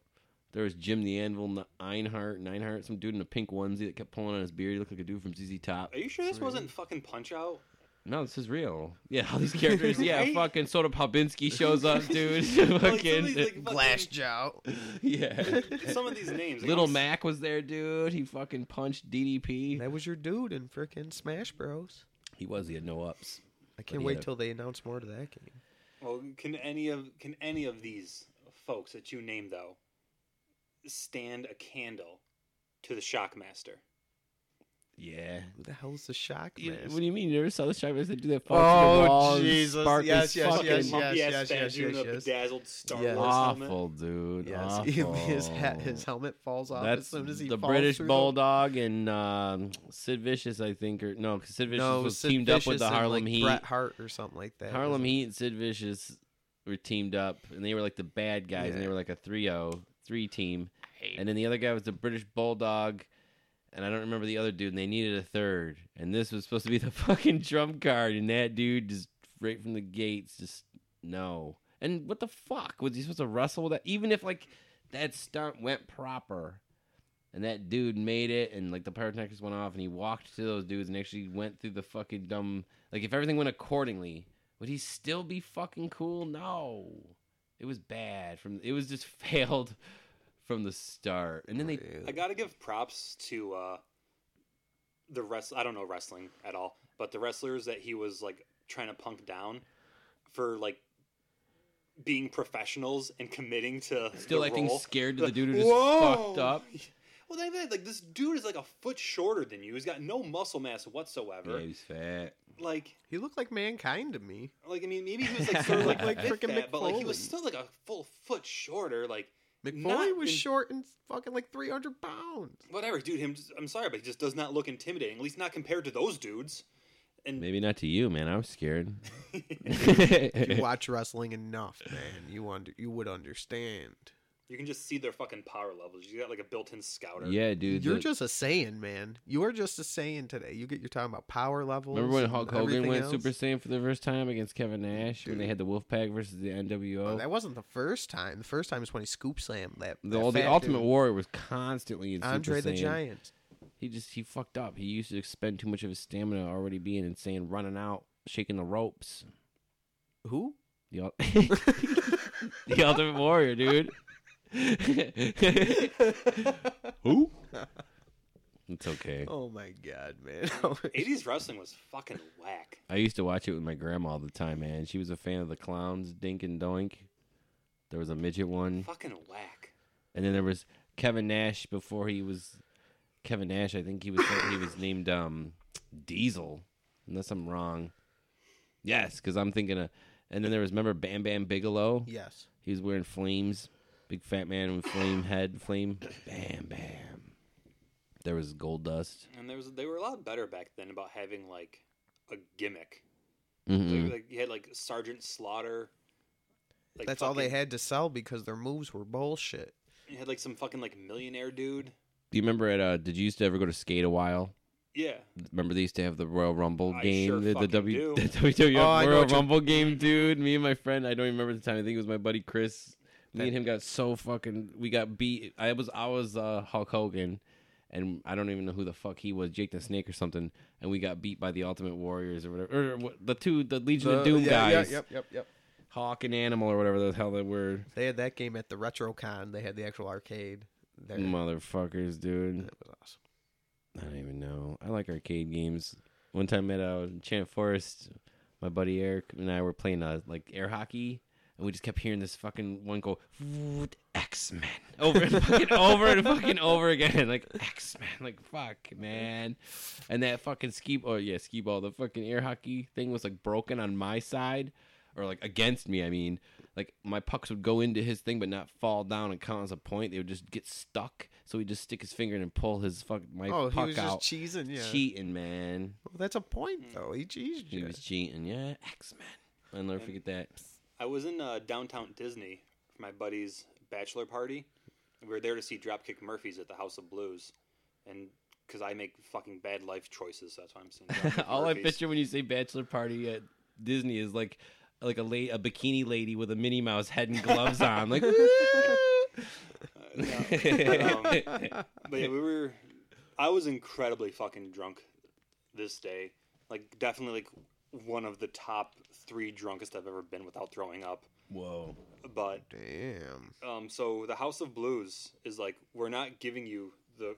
Speaker 1: There was Jim the Anvil and the Einhart, and Einhart, some dude in a pink onesie that kept pulling on his beard. He looked like a dude from ZZ Top.
Speaker 4: are you sure this wasn't fucking Punch Out?
Speaker 1: No, this is real. Yeah, all these characters. Yeah,
Speaker 4: Right?
Speaker 1: fucking Soda Popinski shows up, dude.
Speaker 4: Like, some of
Speaker 1: fucking,
Speaker 4: these, like,
Speaker 2: Glass Jow.
Speaker 1: yeah.
Speaker 4: fucking- Some of these names. Like,
Speaker 1: Little
Speaker 4: I'm s-
Speaker 1: Mac was there, dude. He fucking punched DDP.
Speaker 2: That was your dude in frickin' Smash Bros.
Speaker 1: He was. He had no ups.
Speaker 2: I can't
Speaker 1: he
Speaker 2: wait
Speaker 1: had a-
Speaker 2: till they announce more to that game.
Speaker 4: Well, can any of can any of these folks that you named though stand a candle to the Shockmaster?
Speaker 1: Yeah.
Speaker 2: Who the hell's the shock
Speaker 1: You-
Speaker 2: mask?
Speaker 1: What do you mean? You never saw the shot where they do that?
Speaker 2: Oh,
Speaker 1: Oh, the wall and
Speaker 2: Jesus.
Speaker 1: spark
Speaker 2: Yes,
Speaker 1: is
Speaker 2: yes,
Speaker 1: fucking
Speaker 2: yes, yes.
Speaker 4: monkey ass
Speaker 2: yes,
Speaker 4: Banjo in
Speaker 2: yes,
Speaker 4: a
Speaker 2: yes.
Speaker 4: bedazzled Star
Speaker 2: Yes.
Speaker 4: Wars helmet.
Speaker 1: Awful, dude.
Speaker 2: Yes,
Speaker 1: Awful.
Speaker 2: he- his hat, his helmet falls off
Speaker 1: That's
Speaker 2: as soon as he
Speaker 1: the
Speaker 2: falls
Speaker 1: British
Speaker 2: through
Speaker 1: Bulldog and um, Sid Vicious, I think, or no, 'cause Sid
Speaker 2: The...
Speaker 1: Vicious
Speaker 2: No,
Speaker 1: was
Speaker 2: Sid
Speaker 1: teamed up with
Speaker 2: Vicious
Speaker 1: the
Speaker 2: and,
Speaker 1: Harlem
Speaker 2: like,
Speaker 1: Heat.
Speaker 2: Bret Hart or something like that.
Speaker 1: Harlem
Speaker 2: wasn't it?
Speaker 1: Heat and Sid Vicious were teamed up, and they were like the bad guys, and they
Speaker 2: Yeah.
Speaker 1: were like a 3-0, three team. And then the other guy was the British Bulldog, and I don't remember the other dude. And they needed a third, and this was supposed to be the fucking trump card, and that dude just right from the gates, just no. And what the fuck was he supposed to wrestle with that? Even if like that stunt went proper. And that dude made it, and like the pyrotechnics went off, and he walked to those dudes and actually went through the fucking dumb. Like, if everything went accordingly, would he still be fucking cool? No, it was bad. From it was just failed from the start, and then they
Speaker 4: I gotta give props to uh, the wrest. I don't know wrestling at all, but the wrestlers that he was like trying to punk down for like being professionals and committing to
Speaker 1: still
Speaker 4: the
Speaker 1: acting
Speaker 4: role.
Speaker 1: scared to the
Speaker 4: Like,
Speaker 1: dude who just
Speaker 4: "Whoa!"
Speaker 1: fucked up.
Speaker 4: Well, not even that, like this dude is like a foot shorter than you. He's got no muscle mass whatsoever.
Speaker 1: Yeah, he's fat.
Speaker 4: Like,
Speaker 2: He looked like mankind to me.
Speaker 4: like I mean, maybe he was like sort of like
Speaker 1: Like
Speaker 4: like
Speaker 2: frickin'
Speaker 4: that, but like he was
Speaker 2: McFoley.
Speaker 4: still like a full foot shorter. Like
Speaker 2: McFoley
Speaker 4: Not
Speaker 2: was
Speaker 4: in-
Speaker 2: short and fucking like 300 pounds.
Speaker 4: whatever, dude. Him, I'm sorry, but he just does not look intimidating. At least not compared to those dudes. And
Speaker 1: Maybe not to you, man. I was scared.
Speaker 2: If you watch wrestling enough, man, you under you would understand.
Speaker 4: You can just see their fucking power levels. You got like a built-in scouter.
Speaker 1: yeah, dude.
Speaker 2: You're
Speaker 1: the-
Speaker 2: just a saying, man. You are just a saying today. You get you're talking about power levels.
Speaker 1: Remember when
Speaker 2: and
Speaker 1: Hulk Hogan
Speaker 2: everything
Speaker 1: went
Speaker 2: else?
Speaker 1: Super Saiyan for the first time against Kevin Nash when they had the Wolfpack versus the
Speaker 2: Oh,
Speaker 1: NWO?
Speaker 2: that wasn't the first time. The first time is when he scoop slammed that.
Speaker 1: the,
Speaker 2: that
Speaker 1: well, the
Speaker 2: fat
Speaker 1: Ultimate
Speaker 2: dude.
Speaker 1: Warrior was constantly in
Speaker 2: Andre
Speaker 1: Super
Speaker 2: the
Speaker 1: Saiyan.
Speaker 2: Giant.
Speaker 1: He just he fucked up. He used to expend too much of his stamina already being insane, running out, shaking the ropes.
Speaker 2: Who?
Speaker 1: The, ul- the Ultimate Warrior, dude. Who? It's okay.
Speaker 2: Oh my god, man.
Speaker 4: 80s wrestling was fucking whack.
Speaker 1: I used to watch it with my grandma all the time, man. She was a fan of the clowns, Dink and Doink. There was a midget one.
Speaker 4: Fucking whack.
Speaker 1: And then there was Kevin Nash before he was Kevin Nash. I think he was he was named um, Diesel, unless I'm wrong. Yes, because I'm thinking of. And then there was remember Bam Bam Bigelow.
Speaker 2: yes.
Speaker 1: He was wearing flames, big fat man with flame head, flame. Bam Bam. There was Gold Dust.
Speaker 4: And there was they were a lot better back then about having like a gimmick. So,
Speaker 1: Mhm.
Speaker 4: like you had like Sergeant Slaughter. Like,
Speaker 2: That's all they
Speaker 4: fucking-
Speaker 2: had to sell because their moves were bullshit.
Speaker 4: You had like some fucking like millionaire dude.
Speaker 1: Do you remember at? Uh, did you used to ever go to Skate a while?
Speaker 4: Yeah.
Speaker 1: Remember they used to have the Royal Rumble
Speaker 4: I
Speaker 1: game,
Speaker 4: sure
Speaker 1: the, the,
Speaker 4: fucking
Speaker 1: w,
Speaker 4: do.
Speaker 1: the WWF
Speaker 2: Oh, I know
Speaker 1: Royal
Speaker 2: what you're-
Speaker 1: Rumble game, dude. Me and my friend, I don't even remember the time. I think it was my buddy Chris. Me and him got so fucking. We got beat. I was I was uh, Hulk Hogan, and I don't even know who the fuck he was, Jake the Snake or something. And we got beat by the Ultimate Warriors or whatever, or what- the two the Legion of Doom guys,
Speaker 2: yep, yep.
Speaker 1: Hawk and Animal or whatever the hell they were.
Speaker 2: They had that game at the RetroCon. They had the actual arcade there.
Speaker 1: Motherfuckers, dude.
Speaker 2: That was awesome.
Speaker 1: I don't even know. I like arcade games. One time at uh, Chant Forest, my buddy Eric and I were playing uh, like air hockey, and we just kept hearing this fucking one go X Men over and fucking over and fucking over again, like X Men, like fuck man. And that fucking ski, oh yeah, ski ball. The fucking air hockey thing was like broken on my side, or like against me. I mean, like my pucks would go into his thing, but not fall down and count as a point. They would just get stuck. So he'd just stick his finger in and pull his fuck my
Speaker 2: Oh, he
Speaker 1: puck
Speaker 2: was
Speaker 1: out.
Speaker 2: just cheesing. Yeah,
Speaker 1: Cheating, man.
Speaker 2: Well, that's a point
Speaker 1: Mm.
Speaker 2: though. He cheesed
Speaker 1: He
Speaker 2: you.
Speaker 1: was cheating. Yeah, X Men. I'll never forget that.
Speaker 4: I was in uh, downtown Disney for my buddy's bachelor party. We were there to see Dropkick Murphys at the House of Blues, and because I make fucking bad life choices. That's why I'm saying. John
Speaker 1: All I
Speaker 4: Murphy's.
Speaker 1: picture when you say bachelor party at Disney is like like a la- a bikini lady with a Minnie Mouse head and gloves on, like.
Speaker 4: Uh, yeah. But, um, but yeah, we were. I was incredibly fucking drunk this day. Like definitely like one of the top three drunkest I've ever been without throwing up.
Speaker 1: Whoa.
Speaker 4: But
Speaker 2: Damn.
Speaker 4: um, so the House of Blues is like we're not giving you the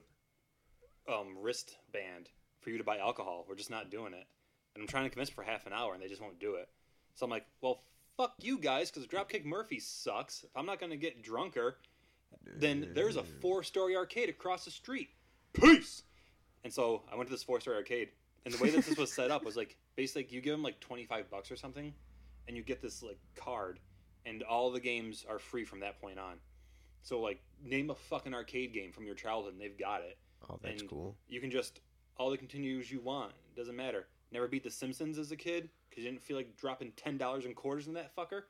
Speaker 4: um, wristband for you to buy alcohol. We're just not doing it. And I'm trying to convince them for half an hour, and they just won't do it. So I'm like, well, fuck you guys, because Dropkick Murphy sucks. If I'm not gonna get drunker, then there's a four-story arcade across the street. Peace. And so I went to this four-story arcade, and the way that this was set up was like basically like, you give them like 25 bucks or something, and you get this like card, and all the games are free from that point on. So like name a fucking arcade game from your childhood, and they've got it.
Speaker 2: Oh, that's
Speaker 4: And
Speaker 2: cool.
Speaker 4: You can just all the continues you want. Doesn't matter. Never beat The Simpsons as a kid because you didn't feel like dropping ten dollars in quarters in that fucker.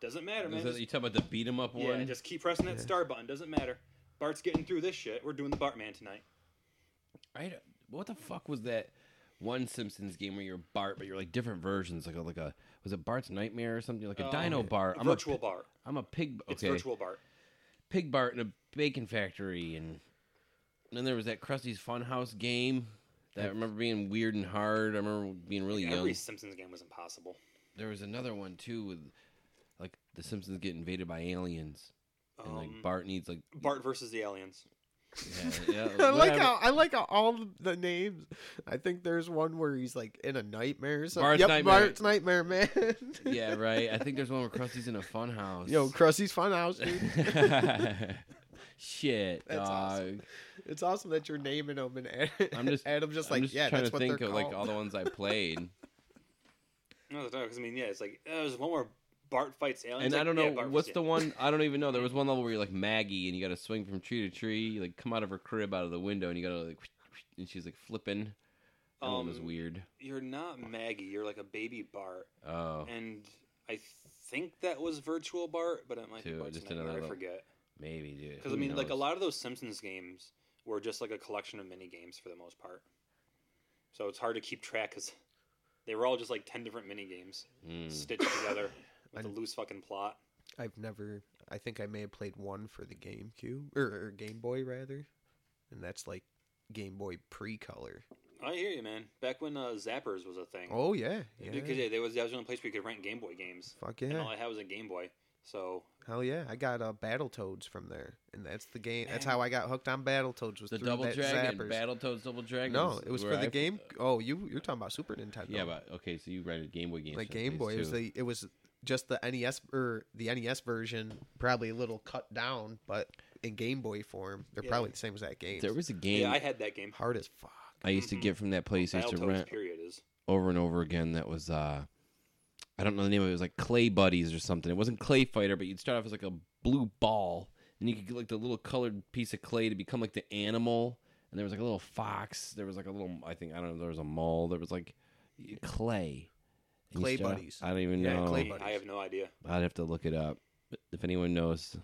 Speaker 4: Doesn't matter, man.
Speaker 1: Is that,
Speaker 4: Just-
Speaker 1: you talk about the beat 'em up one?
Speaker 4: yeah, just keep pressing that star button. Doesn't matter. Bart's getting through this shit. We're doing the Bartman tonight.
Speaker 1: I don't- what the fuck was that one Simpsons game where you're Bart, but you're like different versions, like a, like a was it Bart's Nightmare or something, like a
Speaker 4: Oh,
Speaker 1: Dino Bart. I'm
Speaker 4: virtual
Speaker 1: A, pi-
Speaker 4: Bart.
Speaker 1: I'm a pig.
Speaker 4: It's
Speaker 1: Okay,
Speaker 4: virtual Bart.
Speaker 1: pig Bart in a bacon factory, and then there was that Krusty's Funhouse game. That I remember being weird and hard. I remember being really young.
Speaker 4: Every Simpsons game was impossible.
Speaker 1: There was another one too with like the Simpsons get invaded by aliens, and
Speaker 4: Um,
Speaker 1: like Bart needs like
Speaker 4: Bart versus the aliens.
Speaker 1: yeah, yeah,
Speaker 2: I like
Speaker 1: uh, whatever.
Speaker 2: how I like how all the names. I think there's one where he's like in a nightmare. Or something.
Speaker 1: Bart's
Speaker 2: yep,
Speaker 1: nightmare.
Speaker 2: Bart's nightmare, man.
Speaker 1: yeah right. I think there's one where Krusty's in a funhouse.
Speaker 2: Yo, Krusty's Funhouse, dude.
Speaker 1: Shit,
Speaker 2: That's
Speaker 1: dog.
Speaker 2: awesome. It's awesome that you're naming them, and Ad-
Speaker 1: I'm just-
Speaker 2: Adam just
Speaker 1: I'm
Speaker 2: like,
Speaker 1: just
Speaker 2: yeah,
Speaker 1: trying
Speaker 2: that's
Speaker 1: to
Speaker 2: what
Speaker 1: think
Speaker 2: they're
Speaker 1: of
Speaker 2: called.
Speaker 1: like all the ones I played,
Speaker 4: No, because I mean, yeah, it's like uh, there's one where Bart fights aliens.
Speaker 1: and I
Speaker 4: Like,
Speaker 1: don't
Speaker 4: yeah,
Speaker 1: know
Speaker 4: Bart
Speaker 1: what's
Speaker 4: versus
Speaker 1: the one. I don't even know. There was one level where you're like Maggie, and you got to swing from tree to tree, you, like come out of her crib, out of the window, and you got to like, and she's like flipping. That one was
Speaker 4: Um,
Speaker 1: weird.
Speaker 4: You're not Maggie. You're like a baby Bart.
Speaker 1: Oh,
Speaker 4: and I think that was Virtual Bart, but it might be
Speaker 1: Dude,
Speaker 4: Bart's
Speaker 1: just
Speaker 4: Nightmare,
Speaker 1: another
Speaker 4: I
Speaker 1: little-
Speaker 4: forget.
Speaker 1: maybe dude.
Speaker 4: Because I
Speaker 1: Who
Speaker 4: mean, like a
Speaker 1: knows?
Speaker 4: lot of those Simpsons games were just like a collection of mini games for the most part. So it's hard to keep track because they were all just like ten different mini games
Speaker 1: Mm.
Speaker 4: stitched together with a
Speaker 2: I-
Speaker 4: loose fucking plot.
Speaker 2: I've never. I think I may have played one for the GameCube or, or Game Boy rather, and that's like Game Boy pre-color.
Speaker 4: I hear you, man. Back when uh, Zappers was a thing,
Speaker 2: Oh yeah, yeah.
Speaker 4: because yeah, there was that was the only place where you could rent Game Boy games,
Speaker 2: Fuck
Speaker 4: and all
Speaker 2: yeah,
Speaker 4: I had was a Game Boy. So
Speaker 2: hell yeah! I got uh, Battletoads from there, and that's the game. That's
Speaker 4: Man.
Speaker 2: how I got hooked on Battletoads was
Speaker 1: The
Speaker 2: through
Speaker 1: Double
Speaker 2: that
Speaker 1: Dragon,
Speaker 2: Zappers.
Speaker 1: Battletoads Double Dragon.
Speaker 2: no, it was for the game. Oh, you you're talking about Super Nintendo.
Speaker 1: Yeah, but okay, so you rented Game Boy games.
Speaker 2: like
Speaker 1: for
Speaker 2: Game
Speaker 1: these
Speaker 2: Boy. It was
Speaker 1: too.
Speaker 2: the it was just the NES or the NES version, probably a little cut down, but in Game Boy form, they're
Speaker 4: Yeah.
Speaker 2: probably the Mm-hmm. same exact game.
Speaker 1: There was a game
Speaker 4: yeah, I had that game.
Speaker 2: Hard as fuck.
Speaker 1: I used to
Speaker 4: Mhm.
Speaker 1: get from that place I used to
Speaker 4: Battletoads
Speaker 1: rent
Speaker 4: period is
Speaker 1: over and over again that was uh I don't know the name of it, it was like Clay Buddies or something. It wasn't Clay Fighter, but you'd start off as like a blue ball and you could get like the little colored piece of clay to become like the animal and there was like a little fox, there was like a little I think I don't know, there was a mole, there was like clay. And you
Speaker 2: Clay
Speaker 1: start off-
Speaker 2: Buddies.
Speaker 1: I don't even
Speaker 2: Yeah,
Speaker 1: know.
Speaker 2: Clay
Speaker 4: I- I
Speaker 2: Buddies.
Speaker 4: have no idea.
Speaker 1: I'd have to look it up. But if anyone knows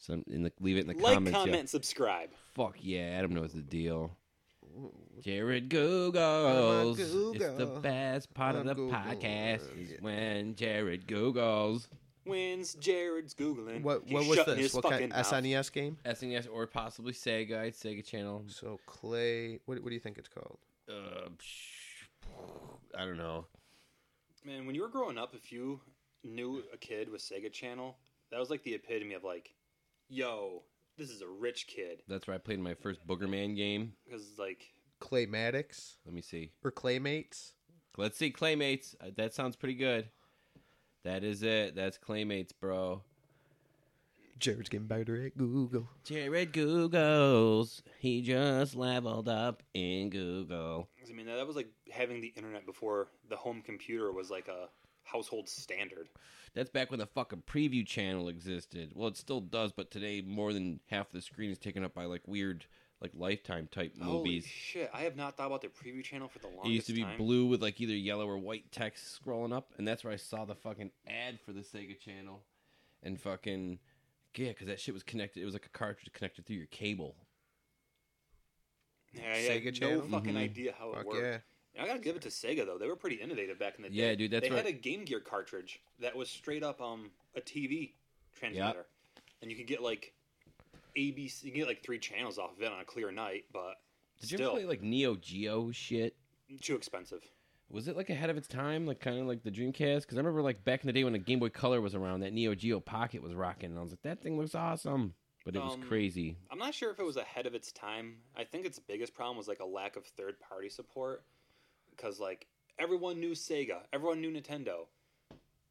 Speaker 1: some in the leave it in the
Speaker 4: like,
Speaker 1: comments. yeah.
Speaker 4: comment, subscribe.
Speaker 1: Fuck yeah, Adam knows the deal. Jared Googles. It's the
Speaker 2: Google.
Speaker 1: best part of
Speaker 2: I'm
Speaker 1: the
Speaker 2: Google.
Speaker 1: podcast is
Speaker 2: Yeah.
Speaker 1: when Jared Googles.
Speaker 4: When's Jared's googling?
Speaker 2: What
Speaker 4: He's
Speaker 2: what was
Speaker 4: shutting
Speaker 2: this?
Speaker 4: his
Speaker 2: What kind E?
Speaker 4: fucking mouth.
Speaker 2: SNES game?
Speaker 1: SNES E or possibly Sega. It's Sega Channel.
Speaker 2: So Clay, what what do you think it's called?
Speaker 1: Uh, psh, I don't know.
Speaker 4: Man, when you were growing up, if you knew a kid with Sega Channel, that was like the epitome of like, yo, this is a rich kid.
Speaker 1: That's where I played my first Boogerman game.
Speaker 4: Because like,
Speaker 2: Claymatics
Speaker 1: Let me see.
Speaker 2: or Claymates?
Speaker 1: Let's see Claymates. Uh, That sounds pretty good. That is it. That's Claymates, bro.
Speaker 2: Jared's getting better at Google.
Speaker 1: Jared Googles. He just leveled up in Google.
Speaker 4: I mean, that was like having the internet before the home computer was like a household standard.
Speaker 1: That's back when the fucking preview channel existed. Well, it still does, but today more than half the screen is taken up by like weird, like lifetime type
Speaker 4: Holy
Speaker 1: movies.
Speaker 4: shit! I have not thought about the preview channel for the longest
Speaker 1: It used to be
Speaker 4: time.
Speaker 1: blue with like either yellow or white text scrolling up, and that's where I saw the fucking ad for the Sega channel, and fucking yeah, because that shit was connected. It was like a cartridge connected through your cable.
Speaker 4: Yeah, I had
Speaker 2: Sega channel?
Speaker 4: No fucking
Speaker 1: Mhm.
Speaker 4: idea how it
Speaker 2: Fuck
Speaker 4: worked.
Speaker 2: yeah.
Speaker 4: I gotta give it to Sega though; they were pretty innovative back in the day.
Speaker 1: Yeah, dude, that's
Speaker 4: they
Speaker 1: what-
Speaker 4: had a Game Gear cartridge that was straight up um a TV transmitter, and you could get like ABC, you could get like three channels off of it on a clear night, but
Speaker 1: Did you
Speaker 4: still
Speaker 1: ever play like Neo Geo shit?
Speaker 4: too expensive.
Speaker 1: Was it like ahead of its time, like kind of like the Dreamcast? Because I remember like back in the day when the Game Boy Color was around, that Neo Geo Pocket was rocking, and I was like, that thing looks awesome, but it was
Speaker 4: Um,
Speaker 1: crazy.
Speaker 4: I'm not sure if it was ahead of its time. I think its biggest problem was like a lack of third party support because like everyone knew Sega, everyone knew Nintendo.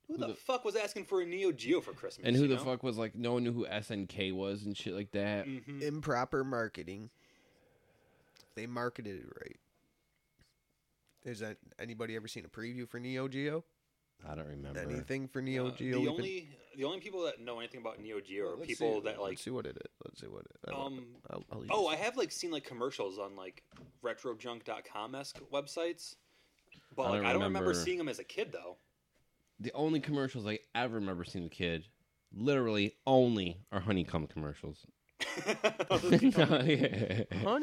Speaker 4: Who, the,
Speaker 1: the-
Speaker 4: fuck was asking for a Neo Geo for Christmas?
Speaker 1: And who
Speaker 4: you
Speaker 1: the
Speaker 4: know?
Speaker 1: fuck was like, no one knew who SNK was and shit like that.
Speaker 4: Mhm.
Speaker 2: Improper marketing. They marketed it right. Is that anybody ever seen a preview for Neo Geo?
Speaker 1: I don't remember.
Speaker 2: Anything for Neo
Speaker 4: Uh,
Speaker 2: Geo?
Speaker 4: The
Speaker 2: even?
Speaker 4: only the only people that know anything about Neo Geo are
Speaker 2: Let's
Speaker 4: people
Speaker 2: see,
Speaker 4: that like.
Speaker 2: Let's see what it is. Let's see what it. I love it.
Speaker 4: Um,
Speaker 2: I'll, I'll
Speaker 4: oh, I
Speaker 2: use
Speaker 4: have like seen like commercials on like retrojunk.com esque websites, but
Speaker 1: I
Speaker 4: like
Speaker 1: don't
Speaker 4: I don't remember
Speaker 1: remember.
Speaker 4: seeing them as a kid though.
Speaker 1: The only commercials I ever remember seeing as a kid, literally only, are honeycomb commercials.
Speaker 2: it.
Speaker 1: Do
Speaker 2: honeycomb.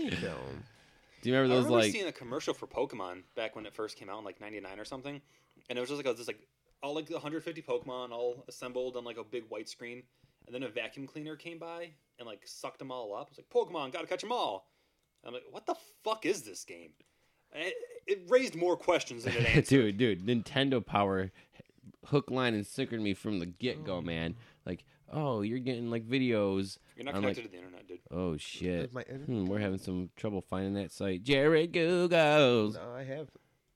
Speaker 1: you remember
Speaker 4: I
Speaker 1: those
Speaker 4: remember
Speaker 1: like?
Speaker 4: seeing a commercial for Pokemon back when it first came out in like '99 or something, and it was just like it was just like all like the 150 Pokemon all assembled on like a big white screen, and then a vacuum cleaner came by and like sucked them all up. It's like Pokemon, gotta catch them all. I'm like, what the fuck is this game? It, it raised more questions than it answered.
Speaker 1: dude, dude, Nintendo Power, hook, line, and sickered me from the get go, man. Like, oh, you're getting like videos.
Speaker 4: You're not
Speaker 1: I'm
Speaker 4: connected
Speaker 1: like,
Speaker 4: to the internet, dude.
Speaker 1: oh shit.
Speaker 2: Is my internet-
Speaker 1: Hmm, we're having some trouble finding that site. Jared Googles.
Speaker 2: No, I have.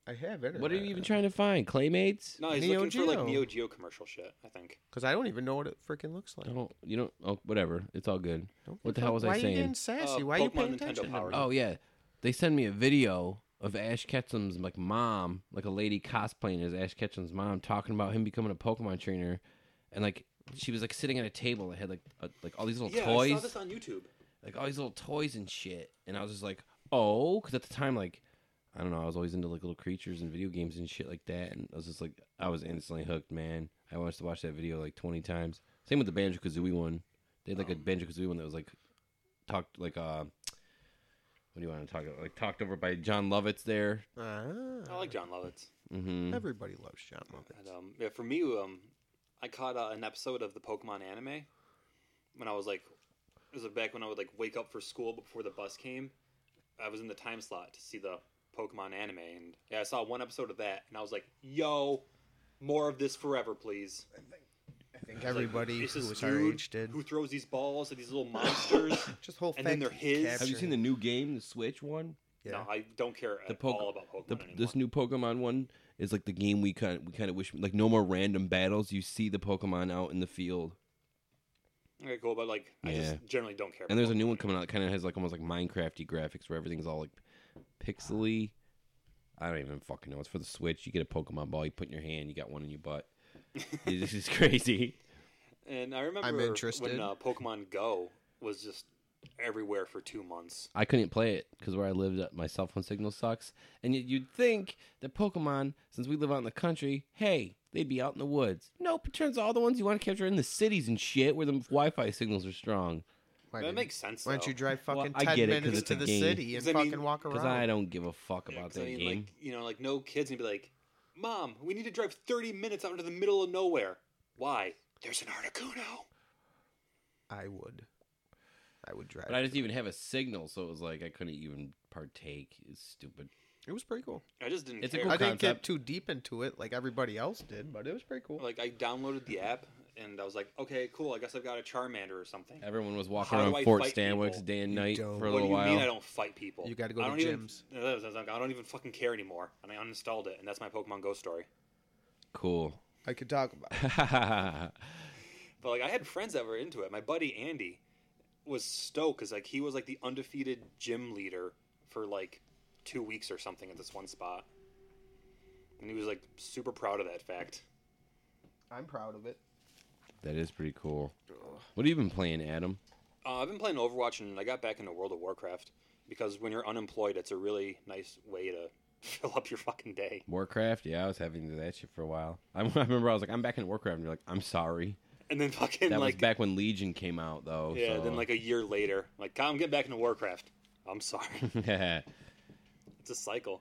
Speaker 2: I have it.
Speaker 1: What are you even trying to find? Claymates?
Speaker 4: No, he's
Speaker 2: Neo
Speaker 4: looking for like
Speaker 2: Geo.
Speaker 4: Neo Geo commercial shit. I think.
Speaker 2: Because I don't even know what it freaking looks like.
Speaker 1: I don't. You don't. Oh, whatever. It's all good.
Speaker 2: Don't
Speaker 1: What
Speaker 2: give
Speaker 1: the
Speaker 2: a
Speaker 1: hell
Speaker 2: fuck.
Speaker 1: was
Speaker 2: Why
Speaker 1: I
Speaker 2: Are you
Speaker 1: saying?
Speaker 2: getting sassy?
Speaker 4: Uh,
Speaker 2: Why are you
Speaker 4: Pokemon
Speaker 2: paying
Speaker 4: Nintendo
Speaker 2: attention? to
Speaker 4: Power.
Speaker 2: me?
Speaker 1: Oh yeah, they send me a video of Ash Ketchum's like mom, like a lady cosplaying as Ash Ketchum's mom, talking about him becoming a Pokemon trainer, and like she was like sitting at a table that had like a, like all these little
Speaker 4: Yeah, I saw
Speaker 1: toys,
Speaker 4: this on YouTube.
Speaker 1: like all these little toys and shit, and I was just like, oh, because at the time like. I don't know. I was always into like little creatures and video games and shit like that, and I was just like, I was instantly hooked, man. I wanted to watch that video like twenty times. Same with the Banjo Kazooie one. They had like a Banjo Kazooie one that was like talked like uh, what do you want to talk about? Like talked over by John Lovitz there.
Speaker 2: Ah,
Speaker 4: I like John Lovitz.
Speaker 1: Mm-hmm.
Speaker 2: everybody loves John
Speaker 4: And,
Speaker 2: Lovitz.
Speaker 4: um, yeah, for me, um, I caught uh, an episode of the Pokemon anime when I was like, it was back when I would like wake up for school before the bus came. I was in the time slot to see the Pokemon anime, and yeah, I saw one episode of that, and I was like, "Yo, more of this forever, please."
Speaker 2: I think everybody
Speaker 4: It's
Speaker 2: who
Speaker 4: this
Speaker 2: was our
Speaker 4: dude
Speaker 2: age did.
Speaker 4: who throws these balls at these little monsters.
Speaker 2: Just whole
Speaker 4: and then
Speaker 2: fact
Speaker 4: they're his. Have
Speaker 1: Have you
Speaker 2: capture.
Speaker 1: seen the new game, the Switch one?
Speaker 2: Yeah.
Speaker 4: No, I don't care
Speaker 1: The
Speaker 4: at
Speaker 1: Poke-
Speaker 4: all about Pokemon
Speaker 1: The,
Speaker 4: anymore.
Speaker 1: this new Pokemon one is like the game we kind of, we kind of wish like no more random battles. You see the Pokemon out in the field,
Speaker 4: okay, cool, but like, I
Speaker 1: Yeah.
Speaker 4: just generally don't care.
Speaker 1: and
Speaker 4: about
Speaker 1: there's a new
Speaker 4: Pokemon
Speaker 1: one coming out that kind of has like almost like Minecrafty graphics where everything's all like pixely. I don't even fucking know. It's for the Switch. You get a Pokemon ball, you put in your hand, you got one in your butt. this is crazy.
Speaker 4: And I remember
Speaker 2: I'm interested.
Speaker 4: when uh, Pokemon Go was just everywhere for two months.
Speaker 1: I couldn't play it because where I lived, uh, my cell phone signal sucks. And yet you'd think that Pokemon, since we live out in the country, hey, they'd be out in the woods. Nope, it turns out all the ones you want to capture are in the cities and shit where the Wi-Fi signals are strong.
Speaker 2: Why
Speaker 4: That
Speaker 2: didn't-
Speaker 4: makes sense.
Speaker 2: Why don't
Speaker 4: though.
Speaker 2: you drive
Speaker 1: Well,
Speaker 2: fucking
Speaker 1: I
Speaker 2: ten
Speaker 1: get it, 'cause
Speaker 2: minutes
Speaker 1: it's
Speaker 2: to
Speaker 1: a
Speaker 2: the
Speaker 1: game.
Speaker 2: city and
Speaker 4: Because, I mean-
Speaker 2: fucking walk around?
Speaker 1: Because I don't give a fuck
Speaker 4: Yeah,
Speaker 1: about
Speaker 4: 'cause I
Speaker 1: that
Speaker 4: mean,
Speaker 1: game.
Speaker 4: Like, you know, like no kids gonna be like, "Mom, we need to drive 30 minutes out into the middle of nowhere." Why? There's an Articuno.
Speaker 2: I would. I would drive.
Speaker 1: But I didn't even have a signal, so it was like I couldn't even partake. It's stupid.
Speaker 2: it was pretty cool.
Speaker 4: I just didn't
Speaker 1: It's a
Speaker 4: care.
Speaker 1: cool
Speaker 2: I didn't get
Speaker 1: concept.
Speaker 2: too deep into it like everybody else did, but it was pretty cool.
Speaker 4: like I downloaded the app and I was like, "Okay, cool. I guess I've got a Charmander or something."
Speaker 1: Everyone was walking
Speaker 4: How do
Speaker 1: around
Speaker 4: I
Speaker 1: Fort
Speaker 4: fight
Speaker 1: Stanwix
Speaker 4: people?
Speaker 1: day and
Speaker 2: You
Speaker 1: night
Speaker 2: don't.
Speaker 1: for a
Speaker 4: what do
Speaker 1: little
Speaker 4: you
Speaker 1: while.
Speaker 4: mean I don't fight people?
Speaker 2: You gotta go
Speaker 4: I
Speaker 2: to
Speaker 4: don't even-
Speaker 2: gyms.
Speaker 4: No, that was- I was like, I don't even fucking care anymore, and I uninstalled it, and that's my Pokemon Go story.
Speaker 1: Cool.
Speaker 2: I could talk about. it.
Speaker 4: But like I had friends that were into it. My buddy Andy was stoked because like he was like the undefeated gym leader for like two weeks or something at this one spot, and he was like super proud of that fact.
Speaker 2: I'm proud of it.
Speaker 1: that is pretty cool. What have you been playing, Adam?
Speaker 4: Uh, I've been playing Overwatch and I got back into World of Warcraft because when you're unemployed, it's a really nice way to fill up your fucking day.
Speaker 1: Warcraft, yeah, I was having that shit for a while. I, I remember I was like, I'm back in Warcraft, and you're like, I'm sorry.
Speaker 4: And then fucking
Speaker 1: That was
Speaker 4: like
Speaker 1: back when Legion came out, though.
Speaker 4: yeah,
Speaker 1: so-
Speaker 4: then like a year later, like I'm getting back into Warcraft. I'm sorry.
Speaker 1: yeah.
Speaker 4: it's a cycle.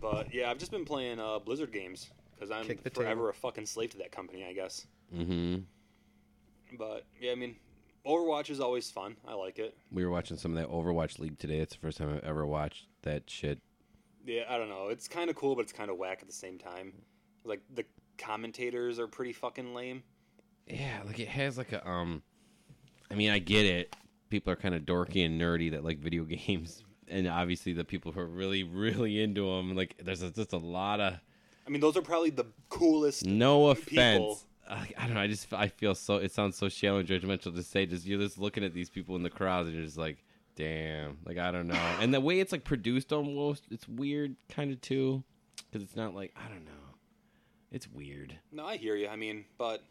Speaker 4: But yeah, I've just been playing uh, Blizzard games because I'm
Speaker 2: Kick the
Speaker 4: forever
Speaker 2: table.
Speaker 4: a fucking slave to that company, I guess.
Speaker 1: Mm-hmm.
Speaker 4: But yeah, I mean, Overwatch is always fun. I like it.
Speaker 1: We were watching some of that Overwatch League today. It's the first time I've ever watched that shit.
Speaker 4: Yeah, I don't know. It's kind of cool, but it's kind of whack at the same time. Like the commentators are pretty fucking lame.
Speaker 1: Yeah, like it has like a um. I mean, I get it. People are kind of dorky and nerdy that like video games, and obviously the people who are really, really into them. Like, there's a, just a lot of
Speaker 4: I mean, those are probably the coolest.
Speaker 1: no
Speaker 4: People.
Speaker 1: offense. I, I don't know. I just I feel so. It sounds so shallow and judgmental to say. Just you're just looking at these people in the crowd, and you're just like, damn. Like I don't know. And the way it's like produced almost, it's weird kind of too, because it's not like I don't know. It's weird.
Speaker 4: No, I hear you. I mean, but